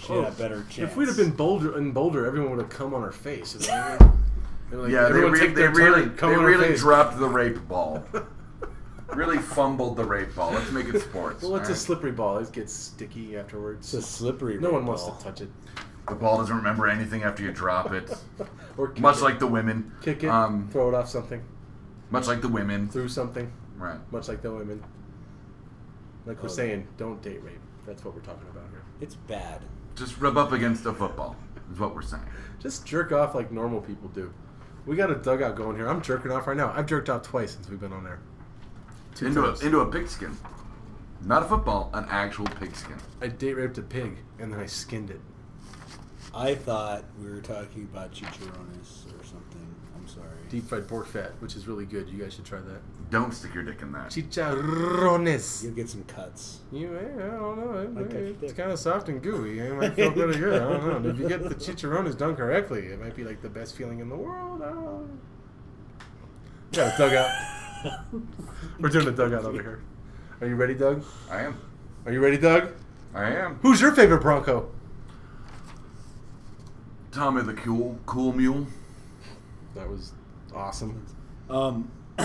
S2: she
S3: Oh,
S2: had a better chance.
S3: If we'd have been bolder and bolder, everyone would have come on our face. It's like, they're like,
S4: Yeah, they,
S3: everyone
S4: re-
S3: take
S4: they
S3: their
S4: really,
S3: turn, come
S4: they
S3: on our
S4: really
S3: face.
S4: dropped the rape ball. really fumbled the rape ball. Let's make it sports.
S3: Well, it's a
S4: alright?
S3: slippery ball. It gets sticky afterwards.
S2: it's a slippery.
S3: no
S2: rape
S3: one wants
S2: ball.
S3: to touch it.
S4: the ball doesn't remember anything after you drop it.
S3: Or kick
S4: much
S3: it.
S4: like the women.
S3: kick it,
S4: Um,
S3: throw it off something,
S4: much like the women.
S3: through something,
S4: Right.
S3: much like the women. Like we're
S2: Oh.
S3: saying, don't date rape. That's what we're talking about here.
S2: It's bad.
S4: Just rub up against a football. Is what we're saying.
S3: Just jerk off like normal people do. We got a dugout going here. I'm jerking off right now. I've jerked off twice since we've been on there. Two
S4: Into a,
S3: times.
S4: into a pigskin. Not a football, an actual pigskin.
S3: I date raped a pig and then I skinned it.
S2: I thought we were talking about chicharrones or something. I'm sorry.
S3: Deep fried pork fat, which is really good. You guys should try that.
S4: Don't stick your dick in that.
S3: Chicharrones.
S2: You'll get some cuts.
S3: You, eh, I don't know.
S2: Like
S3: It,
S2: that
S3: it's
S2: thick.
S3: kind of soft and gooey. It might feel pretty good. I don't know. And if you get the chicharrones done correctly, it might be like the best feeling in the world. I don't know. Got a dugout. We're doing a dugout over here. Are you ready, Doug?
S4: I am.
S3: Are you ready, Doug?
S4: I am.
S3: Who's your favorite Bronco?
S4: Tommy the cool cool mule.
S3: That was awesome.
S2: Um,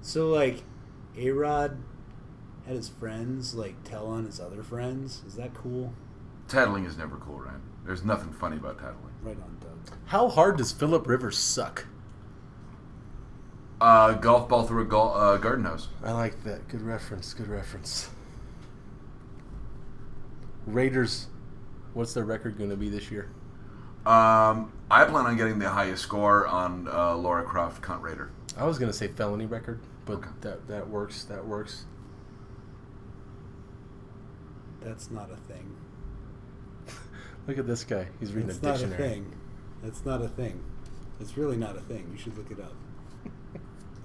S2: so like, A Rod had his friends like tell on his other friends. Is that cool?
S4: Tattling is never cool, Ryan. There's nothing funny about tattling.
S2: Right on, Doug.
S3: How hard does Philip Rivers suck?
S4: Uh, golf ball through a gol uh, garden hose.
S3: I like that. Good reference. Good reference. Raiders, what's their record going to be this year?
S4: Um, I plan on getting the highest score on uh, Laura Croft Cunt Raider.
S3: I was going to say felony record, but
S4: Okay.
S3: that that works. That works.
S2: That's not a thing.
S3: Look at this guy. He's reading
S2: That's
S3: a
S2: not
S3: dictionary.
S2: a thing. That's not a thing. It's really not a thing. You should look it up.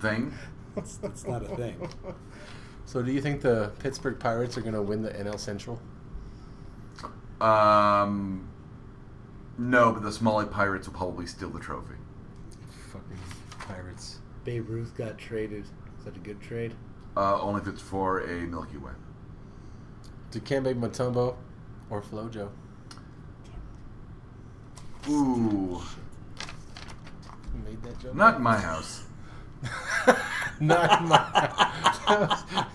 S4: Thing?
S2: It's, it's not a thing.
S3: So, do you think the Pittsburgh Pirates are going to win the NL Central?
S4: Um, no, but the Smalley Pirates will probably steal the trophy.
S3: Fucking Pirates.
S2: Babe Ruth got traded. Is that a good trade?
S4: Uh, only if it's for a Milky Way.
S3: Dikembe Mutombo or Flojo?
S4: Ooh,
S3: Who made that joke?
S4: not my house.
S3: Not my.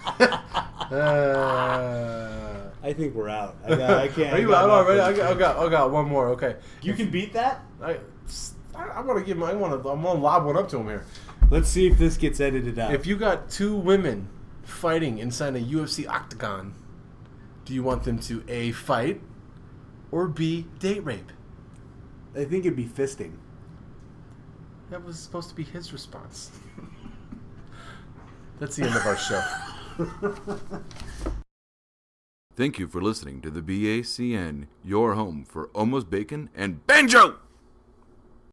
S3: Uh,
S2: I think we're out. I, got, I can't.
S3: Are
S2: I
S3: you
S2: got
S3: out already? I
S2: nothing.
S3: got, I got, I got one more. Okay.
S2: You can beat that.
S3: I, I, I want to give him. I want to. I'm gonna lob one up to him here.
S2: Let's see if this gets edited out.
S3: If you got two women fighting inside a UFC octagon, do you want them to a fight or b date rape?
S2: I think it'd be fisting.
S3: That was supposed to be his response. That's the end of our show.
S6: Thank you for listening to the BACN, your home for almost bacon and banjo!